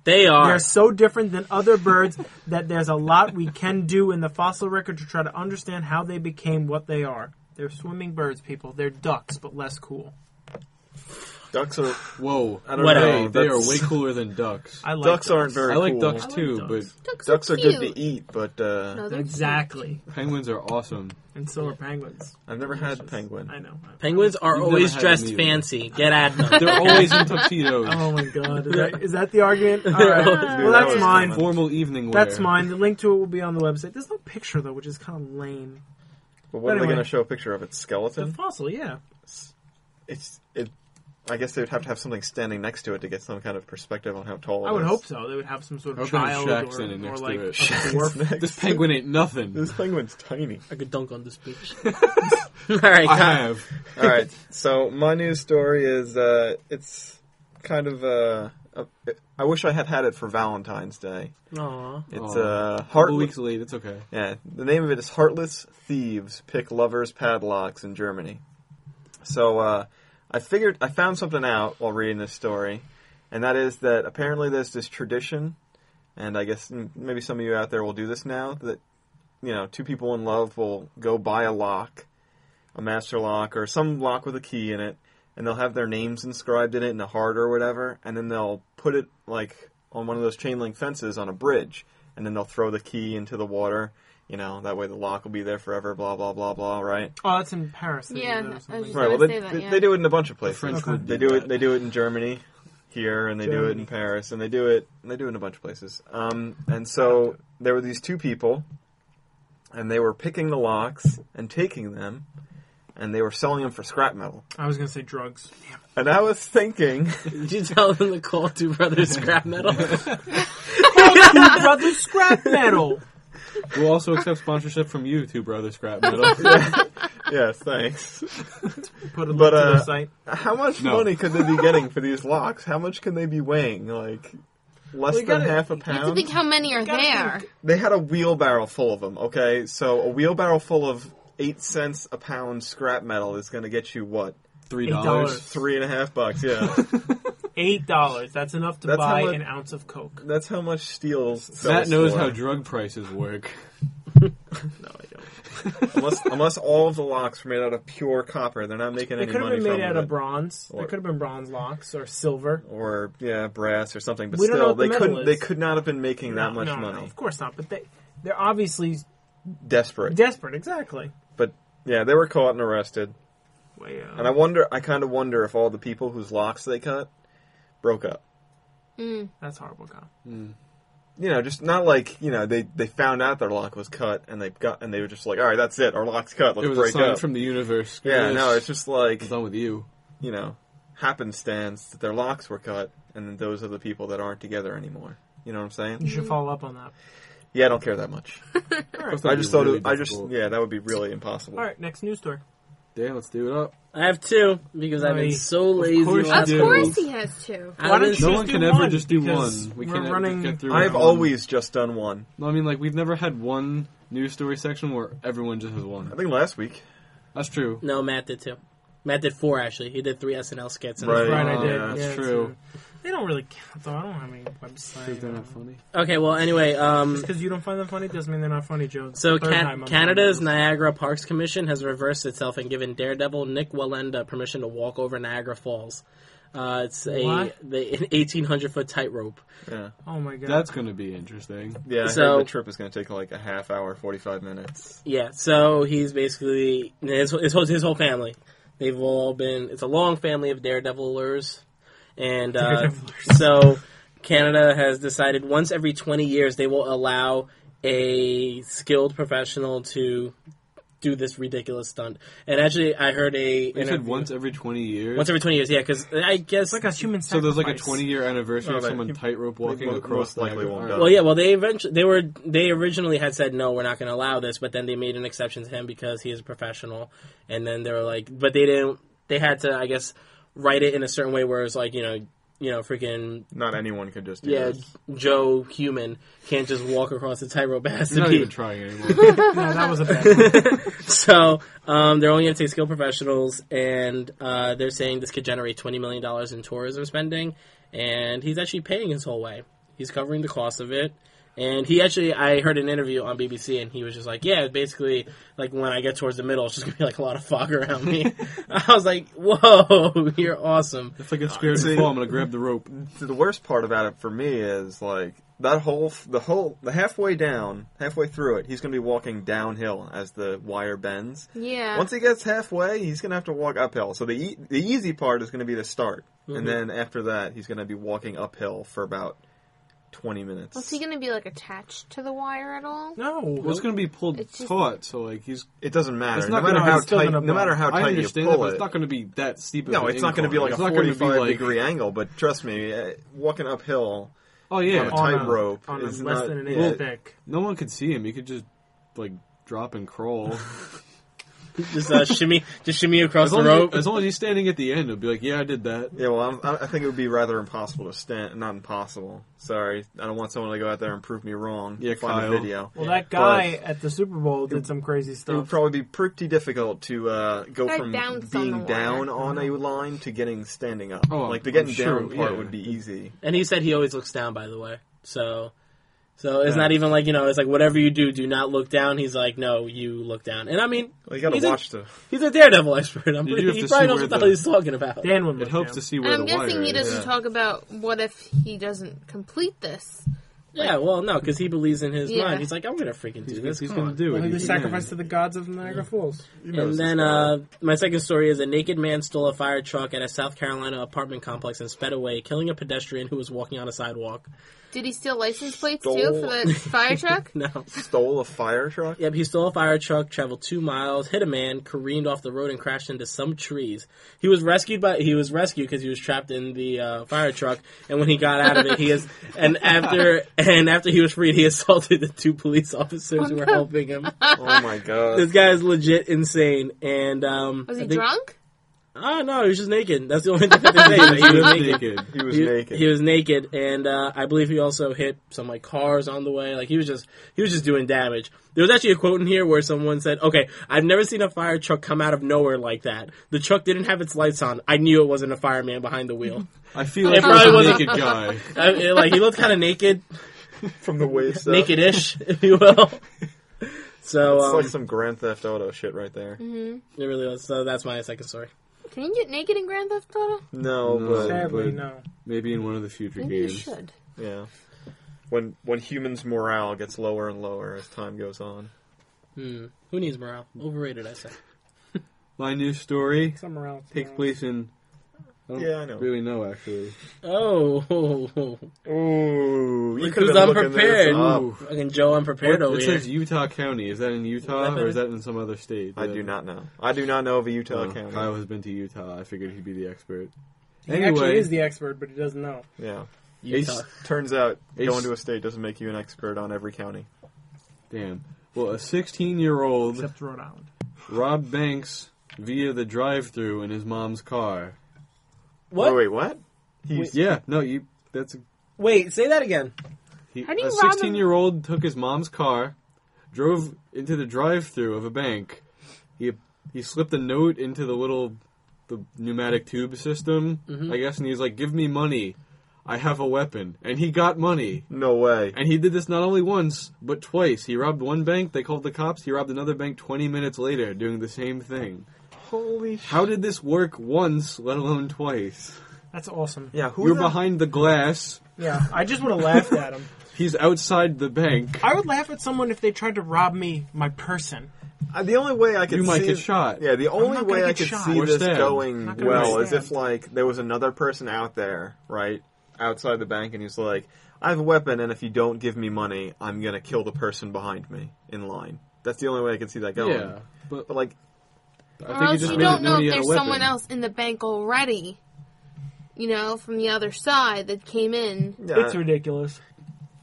S5: they are.
S2: They're so different than other birds that there's a lot we can do in the fossil record to try to understand how they became what they are. They're swimming birds, people. They're ducks, but less cool.
S4: Ducks are
S1: Whoa.
S4: I don't
S5: Whatever.
S1: Hey,
S4: know.
S1: they are
S4: that's-
S1: way cooler than ducks.
S2: I like
S4: ducks
S2: those.
S4: aren't very.
S1: I like
S4: cool.
S1: ducks
S2: I like
S1: too,
S2: ducks.
S3: Ducks,
S4: Ducks are
S3: cute.
S4: good to eat, but uh,
S3: No, they're
S2: Exactly.
S1: Penguins are awesome.
S2: And so are penguins.
S4: I've never had penguin.
S2: I know.
S5: Penguins are
S1: You've never
S5: always
S1: had
S5: dressed
S1: them either.
S5: fancy. Get at them.
S1: They're always in tuxedos.
S2: Oh my god. Is that, is that the argument? All
S5: They're
S2: right.
S5: all-
S2: Well, that's
S4: was
S2: mine.
S4: fun.
S1: Formal evening wear.
S2: That's mine. The link to it will be on the website. There's no picture though, which is kind of lame.
S4: But what are they
S2: Anyway.
S4: going to show a picture of? Its
S2: The
S4: skeleton.
S2: fossil, yeah.
S4: It's it. I guess they would have to have something standing next to it to get some kind of perspective on how tall. it
S2: I would
S4: is.
S2: hope so. They would have some sort
S1: I
S2: of
S1: hope they have
S2: child
S1: shacks
S2: or,
S1: in it
S2: or
S1: next to
S2: like a
S1: it.
S2: dwarf.
S4: Next.
S1: This penguin ain't nothing.
S4: This penguin's tiny.
S5: I could dunk on this bitch. All right,
S1: I
S5: Kyle.
S1: have.
S4: All right. So my news story is uh, it's kind of uh, a. I wish I had had it for Valentine's Day.
S5: Aw.
S4: It's
S1: Aw.
S4: uh,
S1: Couple
S4: heartless.
S1: weeks late. It's okay.
S4: Yeah, the name of it is Heartless Thieves Pick Lovers Padlocks in Germany. So uh, I figured I found something out while reading this story, and that is that apparently there's this tradition, and I guess m- maybe some of you out there will do this now that you know two people in love will go buy a lock, a master lock or some lock with a key in it, and they'll have their names inscribed in it in a heart or whatever, and then they'll put it like on one of those chain link fences on a bridge, and then they'll throw the key into the water. You know, that way the lock will be there forever. Blah blah blah blah. Right.
S2: Oh, that's in Paris. They do
S3: Yeah,
S2: that
S3: I
S2: or
S3: was
S2: something.
S3: just-
S4: Right. Well,
S3: gonna
S4: they,
S3: say that,
S4: they-
S3: yeah.
S4: they do it in a bunch of places.
S1: French would
S4: They
S1: do
S4: do it.
S1: that.
S4: They do it in Germany, here, and they do it in
S2: Germany.
S4: Paris, and they do it. They do it in a bunch of places. Um, and so there were these two people, and they were picking the locks and taking them, and they were selling them for scrap metal.
S2: I was gonna say drugs. Damn.
S4: And I was thinking,
S5: Did you tell them to call two brothers scrap metal?
S2: Two brothers scrap metal.
S1: We'll also accept sponsorship from you, two brothers scrap metal.
S4: yes, thanks.
S2: Put a link
S4: But,
S2: to
S4: uh,
S2: the site.
S4: How much
S1: No.
S4: money could they be getting for these locks? How much can they be weighing? Like less
S2: We
S4: than
S2: gotta-
S4: half a
S3: You have to
S4: pound.
S3: think how many are
S2: Gotta
S3: there.
S2: think.
S4: they had a wheelbarrow full of them. Okay, so a wheelbarrow full of eight cents a pound scrap metal is going to get you what?
S1: Three
S2: Eight
S1: dollars.
S2: dollars.
S4: Three and a half bucks. Yeah,
S2: Eight dollars. That's enough to
S4: That's how
S2: buy
S4: much-
S2: an ounce of coke.
S4: that's how much steals.
S1: Matt knows how
S4: Drunk
S1: drug prices work.
S2: No, I don't.
S4: unless unless all of the locks were made out of pure copper, they're not making
S2: They
S4: any
S2: could have
S4: money
S2: been
S4: from
S2: made out
S4: it.
S2: of bronze. They
S4: Or-
S2: could have been bronze locks or silver.
S4: or yeah, brass or something. But
S2: We don't know
S4: still,
S2: what the
S4: they
S2: metal
S4: couldn't.
S2: is.
S4: They could not have been making that
S2: No,
S4: much
S2: no, no,
S4: money.
S2: of course not. But they they're obviously
S4: Desperate.
S2: desperate. Exactly.
S4: but yeah, they were caught and arrested.
S2: Way
S4: And I wonder. I kind of wonder if all the people whose locks they cut broke up.
S2: That's horrible, Kyle.
S4: you know, just not like you know they they found out their lock was cut and they got and they were just like, all right, that's it, our lock's cut,
S1: It
S4: let's
S1: was a
S4: break
S1: sign
S4: up.
S1: from the universe. Screw
S4: yeah,
S1: this.
S4: no, it's just like
S1: I'm done with you.
S4: you know, happenstance that their locks were cut, and then those are the people that aren't together anymore. You know what I'm
S2: You
S4: saying?
S2: should follow up on that.
S4: Yeah, I don't care that much. I just thought it, I just yeah, that would be really impossible.
S2: All right, next news story.
S1: Damn, let's do it up.
S5: I have two because I've been
S2: Nice.
S5: so lazy.
S1: course you
S5: last
S1: do.
S3: Of
S5: week.
S3: course he has two.
S5: I've
S2: Why
S5: been
S2: don't
S5: so-
S1: No
S2: Just
S1: one
S2: do
S1: can ever
S2: one,
S1: just do
S2: because
S1: one. We
S2: we're
S1: can't
S2: running-
S1: get through.
S4: I've
S1: one.
S4: always just done one.
S1: No, I mean, like we've never had one news story section where everyone just has
S4: I
S1: one.
S4: think last week.
S1: That's true.
S5: No, Matt did two. Matt did four actually. He did three SNL skits. and-
S4: Right.
S2: Right, I
S1: Oh,
S2: did.
S1: yeah, that's
S2: Yeah, uh,
S1: true.
S2: They don't really count though. I don't have any
S1: Because they're not
S2: website.
S1: funny.
S5: Okay. Well, anyway, um,
S2: Because you don't find them funny doesn't mean they're not funny, Joe. It's
S5: so
S2: the third
S5: Can-
S2: time I'm
S5: Canada's
S2: telling
S5: Niagara Parks Commission has reversed itself and given Daredevil Nick Walenda permission to walk over Niagara Falls. Uh, it's a
S2: What?
S5: the, an eighteen hundred foot tightrope.
S4: Yeah,
S2: you. Oh my god.
S1: That's going to be interesting.
S4: yeah. I
S5: So-
S4: heard the trip is going to take like a half hour, forty five minutes.
S5: Yeah, so he's basically his, his whole his whole family. They've all been. It's a long family of daredevilers, and uh,
S2: Daredevilers.
S5: so Canada has decided once every twenty years they will allow a skilled professional to do this ridiculous stunt. And actually, I heard a
S1: You said
S5: interview-
S1: once every 20 years?
S5: once every twenty years. Yeah, because I guess
S2: like a human.
S1: so there's like a
S2: sacrifice.
S1: 20 year anniversary
S2: Oh,
S4: No,
S1: of
S4: they-
S1: someone
S4: he-
S1: tightrope walking
S4: mo-
S1: across
S4: most likely
S1: Niagara.
S4: won't
S1: All
S4: die.
S1: right.
S5: Well, yeah. Well, they eventually they were they originally had said no, we're not going to allow this, but then they made an exception to him because he is a professional, and then they were like, but they didn't. They had to, I guess, write it in a certain way where it's like you know, you know, freaking
S4: Not anyone could just do
S5: yeah,
S4: this.
S5: Joe human can't just walk across the tightrope. It has
S1: You're
S5: to
S1: not
S5: be-
S1: even trying anymore.
S2: No, that was a bad. one.
S5: so um, they're only going to take skilled professionals, and uh, they're saying this could generate twenty million dollars in tourism spending, and he's actually paying his whole way. He's covering the cost of it. And he actually, I heard an interview on BBC, and he was just like, "Yeah, basically, like when I get towards the middle, it's just gonna be like a lot of fog around me." I was like, "Whoa, you're awesome!"
S1: If I get scared and
S4: see-
S1: fall, I'm gonna grab the rope.
S4: So the worst part about it for me is like that whole the whole the halfway down, halfway through it, he's going to be walking downhill as the wire bends.
S3: Yeah.
S4: Once he gets halfway, he's going to have to walk uphill. So the e- the easy part is going to be the start,
S1: Mm-hmm.
S4: and then after that, he's going to be walking uphill for about twenty minutes.
S3: Was he going to be like attached to the wire at all?
S2: No.
S1: Well, it's gonna be pulled
S3: It's just-
S1: taut, so like he's.
S4: it doesn't matter.
S1: It's not
S4: no matter
S1: gonna-
S4: how
S1: it's still
S4: tight,
S2: gonna
S4: no matter how
S1: I
S4: tight you
S1: understand that,
S4: pull
S1: but
S4: it,
S1: it's not gonna be that steep. Of
S4: no,
S1: an
S4: it's not going to be
S1: incline.
S4: like
S1: It's
S4: a
S1: not gonna be,
S4: forty-five
S1: like-
S4: degree angle. But trust me, uh, walking uphill.
S1: Oh yeah,
S4: on a
S2: on a-
S4: tightrope
S2: on a less
S4: is not-
S2: than an
S4: yeah.
S2: inch thick.
S1: no one could see him. He could just like drop and crawl.
S5: Just uh, shimmy, just shimmy across
S1: as,
S5: the
S1: long as,
S5: rope.
S1: he- as long as he's standing at the end, it'll be like, yeah, I did that.
S4: Yeah, well, I'm, I I think it would be rather impossible to stand. Not impossible. Sorry, I don't want someone to go out there and prove me wrong.
S1: Yeah,
S4: find
S1: Kyle.
S4: a video.
S2: Well, that guy at the Super Bowl did some crazy
S4: It would
S2: stuff.
S4: probably be pretty difficult to uh, go
S3: That
S4: from
S3: bounced on the
S4: being
S3: line.
S4: down on a line to getting standing up.
S1: Oh,
S4: like the
S1: I'm
S4: getting
S1: sure,
S4: down part
S1: yeah.
S4: would be easy.
S5: And he said he always looks down, by the way. So, so it's
S4: Yeah.
S5: not even like you know, it's like whatever you do, do not look down. He's like, no, you look down. And I mean,
S4: Well, you got
S5: he's
S4: to watch the.
S5: A, he's a daredevil expert. I'm
S1: You do
S5: pretty,
S1: have
S5: he
S1: to
S5: probably
S1: see where
S5: knows what the
S1: the-
S5: hell he's talking about.
S2: Dan would
S1: It
S2: look
S1: helps
S2: down.
S1: to see where
S3: And I'm
S1: the wire
S3: guessing he
S1: is.
S3: doesn't
S4: yeah.
S3: talk about what if he doesn't complete this.
S5: Yeah, well, no, because he believes in his
S3: Yeah.
S5: mind. He's like, I'm gonna freaking do this.
S1: He's
S5: Come
S1: gonna
S5: on.
S1: do it.
S2: Well,
S1: He
S2: the
S1: can.
S2: sacrifice to the gods of Niagara Falls.
S5: And then uh, my second story is a naked man stole a fire truck at a South Carolina apartment complex and sped away, killing a pedestrian who was walking on a sidewalk.
S3: Did he steal license plates
S4: Stole-
S3: too for the fire truck?
S5: No.
S4: stole a fire truck.
S5: Yep, he stole a fire truck, traveled two miles, hit a man, careened off the road, and crashed into some trees. He was rescued by he was rescued because he was trapped in the uh, fire truck. And when he got out of it, he is and after and after he was freed, he assaulted the two police officers who were helping him.
S4: Oh my god!
S5: This guy is legit insane. And um,
S3: Was
S5: I
S3: he
S5: think-
S3: drunk?
S5: Oh no, he was just naked. That's the only thing I can say. that He was
S1: He's
S5: naked.
S1: naked.
S4: he was
S5: He,
S4: naked.
S5: he was naked, and uh, I believe he also hit some like cars on the way. Like he was just he was just doing damage. There was actually a quote in here where someone said, "Okay, I've never seen a fire truck come out of nowhere like that. The truck didn't have its lights on. I knew it wasn't a fireman behind the wheel.
S1: I feel like
S5: It
S1: he
S5: probably
S1: was a
S5: wasn't-
S1: naked guy.
S5: I, it- like he looked kind of naked,
S4: From the waist up.
S5: naked-ish, if you will." So
S4: It's
S5: um,
S4: like some Grand Theft Auto shit right there.
S5: it really was. So that's my second story.
S3: Can you get naked in Grand Theft Auto?
S4: No,
S1: No.
S4: but
S2: Sadly,
S1: but-
S2: no.
S1: Maybe in one of the future
S3: Maybe you
S1: games.
S3: should.
S4: yeah. When when humans' morale gets lower and lower as time goes on.
S5: Hmm. Who needs morale? Overrated, I say.
S1: My new story
S2: Somewhere else.
S1: takes place in. I don't
S4: Yeah, I know.
S1: Really know actually.
S5: Oh,
S4: Ooh,
S5: Look
S4: could've
S5: who's
S4: been looking Ah,
S5: unprepared.
S4: this up.
S1: Ooh.
S5: fucking Joe unprepared
S1: What-
S5: over
S1: it
S5: here.
S1: says Utah County. Is that in Utah
S5: that
S1: or is
S5: better?
S1: that in some other state?
S4: I
S1: That-
S4: do not know. I do not know of a Utah
S1: Oh,
S4: county.
S1: Kyle has been to Utah. I figured he'd be the expert.
S2: He actually
S1: Anyway,
S2: is the expert, but he doesn't know.
S4: Yeah.
S5: Utah.
S4: Turns out
S1: Ace-
S4: going to a state doesn't make you an expert on every county.
S1: damn. Well, a 16-year-old
S2: Except Rhode Island.
S1: robbed banks via the drive-through in his mom's car.
S5: What?
S4: Oh, wait, what? He's
S1: Yeah, no, you. That's a
S5: Wait, say that again.
S1: He,
S3: How do you
S1: a
S3: rob him?
S1: 16 year old took his mom's car, drove into the drive through of a bank. He he slipped a note into the little the pneumatic tube system, I guess, and he was like, "Give me money. I have a weapon." And he got money.
S4: no way.
S1: And he did this not only once, but twice. He robbed one bank, they called the cops. He robbed another bank 20 minutes later doing the same thing.
S4: Holy sh-
S1: How did this work once, let alone twice?
S2: That's awesome.
S4: Yeah, who
S1: You're
S4: the-
S1: behind the glass.
S2: Yeah, I just would have laughed at him.
S1: He's outside the bank.
S2: I would laugh at someone if they tried to rob me my person.
S4: Uh, the only way I could
S1: You might
S4: see
S1: get shot.
S4: Yeah, the only
S2: not
S4: way
S2: gonna
S4: I
S2: get
S4: could
S2: shot.
S4: see
S1: Or
S4: this
S1: stabbed.
S4: going
S2: Not gonna
S4: well
S2: get
S4: is if
S2: stabbed.
S4: like there was another person out there, right, outside the bank, and he's like, "I have a weapon, and if you don't give me money, I'm gonna kill the person behind me in line." That's the only way I could see that going.
S1: Yeah. But
S4: But like,
S1: I
S3: Or
S1: think he
S3: else
S1: just
S3: you
S1: made it
S3: don't know
S1: known he
S3: if
S1: had a
S3: there's
S1: weapon.
S3: someone else in the bank already. You know, from the other side that came in.
S4: yeah,
S2: It's ridiculous.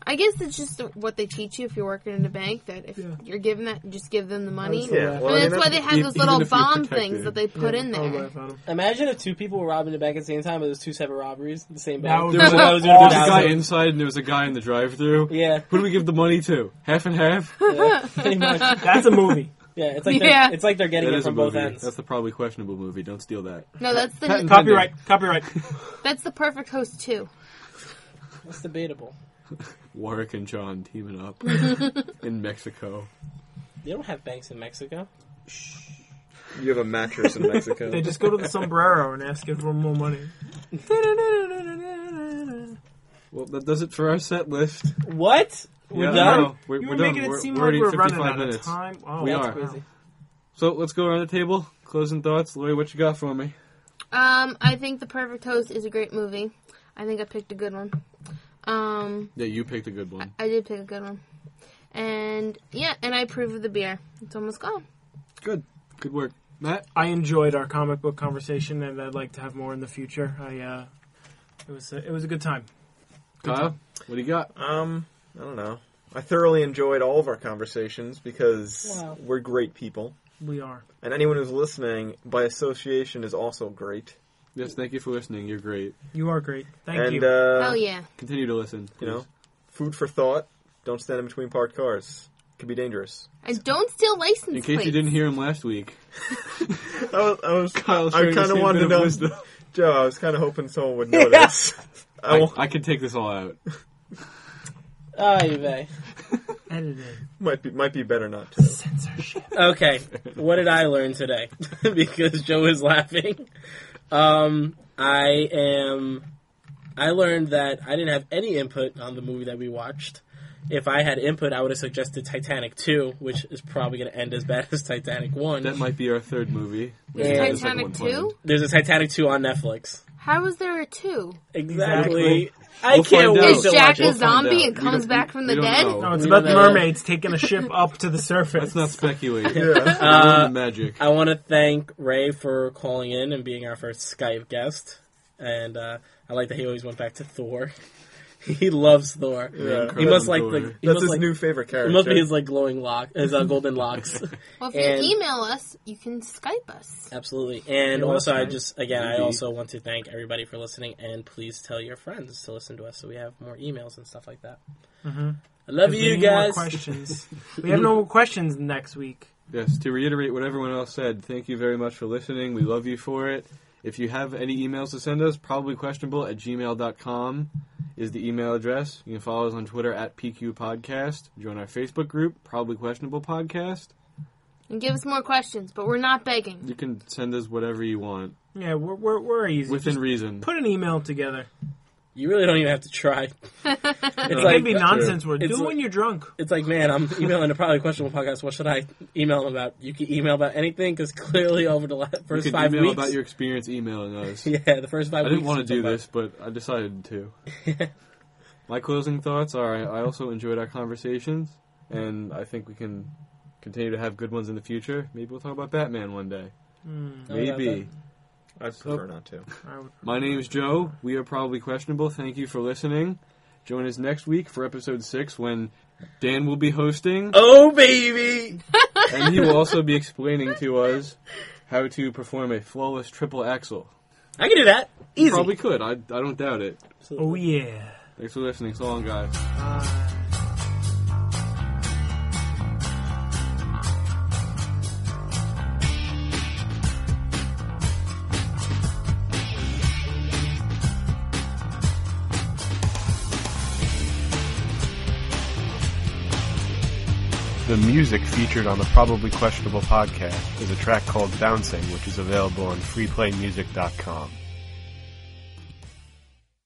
S3: I guess it's just what they teach you if you're working in a bank that if
S2: Yeah.
S3: you're given that, just give them the money.
S2: would-
S4: yeah. Well,
S3: I mean,
S4: I mean,
S3: that's why they have
S1: e-
S3: those
S1: even
S3: little
S1: if you're
S3: bomb
S1: protected. Oh,
S3: things that they put in
S2: I would
S3: there.
S2: laugh at him.
S5: Imagine if two people were robbing the bank at the same time, but it was two separate robberies in the same
S2: That
S5: bank.
S2: would
S1: There was,
S2: be
S5: That
S1: a,
S5: was
S1: there was a
S5: awesome.
S1: guy inside and there was a guy in the drive thru.
S5: Yeah,
S1: Who do we give the money to? Half and half?
S5: yeah, pretty much.
S2: That's a movie.
S5: Yeah, it's like
S3: Yeah.
S5: They're, it's like they're getting
S1: That
S5: it
S1: is a
S5: from both
S1: movie.
S5: ends.
S1: That's the probably questionable movie. Don't steal that.
S3: No, that's the
S1: Patent-
S2: copyright. Copyright.
S3: that's the perfect host too.
S5: That's debatable.
S1: Warwick and John teaming up in Mexico.
S5: They don't have banks in Mexico.
S4: You have a mattress in Mexico.
S2: They just go to the sombrero and ask it for more money.
S1: Well, that does it for our set list.
S5: What? We're
S1: Yeah, I
S5: done?
S1: know. We're,
S2: You
S1: we're
S2: were
S1: done.
S2: making it
S1: We're,
S2: seem
S1: we're
S2: like
S1: already
S2: we're running
S1: 55
S2: out
S1: minutes.
S2: of time. Oh,
S1: We
S2: that's
S1: are.
S2: crazy.
S1: So let's go around the table. Closing thoughts. Lori, what you got for me?
S3: Um, I think The Perfect Host is a great movie. I think I picked a good one. Um,
S1: Yeah, you picked a good one.
S3: I did pick a good one. And yeah, and I approve of the beer. It's almost gone.
S1: Good. Good work. Matt?
S2: I enjoyed our comic book conversation, and I'd like to have more in the future. I uh, it was a, it was a good time.
S1: Kyle? What do you got?
S4: Um, I don't know. I thoroughly enjoyed all of our conversations because
S5: Wow.
S4: we're great people.
S2: We are.
S4: And anyone who's listening, by association, is also great.
S1: Yes, thank you for listening. You're great.
S2: You are great. Thank
S4: and,
S2: you.
S4: Uh,
S3: Hell Oh, yeah.
S1: Continue to listen. please.
S4: You know, food for thought. Don't stand in between parked cars. Could be dangerous.
S3: And don't steal license
S1: In case
S3: plates.
S1: you didn't hear him last week,
S4: I was, I was,
S1: Kyle
S4: I kind of wanted to know, Joe. I was kind of hoping someone would notice. I
S1: I,
S4: will,
S1: I could take this all out.
S2: Oh,
S5: Ah, you may.
S2: Editing.
S4: might be might be better not to.
S2: Censorship.
S5: Okay, what did I learn today? because Joe is laughing. Um, I am. I learned that I didn't have any input on the movie that we watched. If I had input, I would have suggested Titanic 2, which is probably going to end as bad as Titanic 1.
S1: That might be our third movie. We
S5: Yeah.
S1: should have a second
S3: Titanic
S1: one planned.
S3: 2?
S5: There's a Titanic 2 on Netflix.
S3: How was there a 2?
S5: Exactly. I
S1: We'll
S5: can't
S1: find out.
S5: wait
S3: Is
S5: to
S3: Jack
S5: watch
S3: a
S1: We'll
S5: it.
S1: find
S3: zombie
S1: out.
S3: and
S1: We
S3: comes
S1: don't-
S3: back from the
S1: we don't
S3: dead?
S1: know.
S2: No, it's
S5: Oh, We
S2: about
S5: don't
S2: the
S5: know.
S2: mermaids taking a ship up to the surface.
S1: Let's not speculate.
S4: Yeah.
S1: Ruin the magic.
S5: I want to thank Ray for calling in and being our first Skype guest. And uh, I like that he always went back to Thor. he loves Thor.
S4: Yeah.
S5: He must like
S1: Incredible
S5: the.
S1: Thor.
S5: He
S4: That's
S5: must
S4: his
S5: like,
S4: new favorite
S5: It
S4: character.
S5: must be his like glowing lock, his uh, golden locks.
S3: Well, if you
S5: And-
S3: email us, you can Skype us.
S5: Absolutely. And
S2: Yeah,
S5: also, I
S2: that's right.
S5: just again, I
S1: Indeed.
S5: also want to thank everybody for listening, and please tell your friends to listen to us so we have more emails and stuff like that. I love
S2: Mm-hmm. If we
S5: you
S2: need more
S5: guys.
S2: questions. we have no more questions next week.
S1: Yes, to reiterate what everyone else said, thank you very much for listening. We love you for it. If you have any emails to send us, probably questionable at gmail.com is the email address. You can follow us on Twitter at PQ Podcast. Join our Facebook group, Probably Questionable Podcast.
S3: And give us more questions, but we're not begging.
S1: You can send us whatever you want
S2: Yeah, we're we're, we're easy.
S1: within
S2: Just
S1: reason.
S2: put an email together.
S5: You really don't even have to try. it's
S1: It's
S5: like uh,
S2: It'd be nonsense. We're
S5: It's
S2: doing
S5: like-
S2: when you're drunk.
S5: it's like, man, I'm emailing a probably questionable podcast. What should I email them about? You can email about anything because clearly over the la-
S1: You
S5: first
S1: can
S5: five
S1: email
S5: weeks,
S1: about your experience emailing us.
S5: yeah, the first five.
S1: I didn't
S5: weeks
S1: want to
S5: is
S1: do
S5: about-
S1: this, but I decided to. My closing thoughts are I I also enjoyed our conversations, and I think we can continue to have good ones in the future. Maybe we'll talk about Batman one day.
S5: How about
S1: Maybe.
S4: I prefer not to.
S2: I would-
S1: My name is Joe. We are probably questionable. Thank you for listening. Join us next week for episode six when Dan will be hosting,
S5: Oh baby,
S1: and he will also be explaining to us how to perform a flawless triple axel.
S5: I can do that.
S1: Easy. Probably could. I, I don't doubt it.
S2: Oh yeah.
S1: Thanks for listening. So long, guys.
S7: The music featured on the Probably Questionable podcast is a track called Bouncing, which is available on freeplaymusic.com.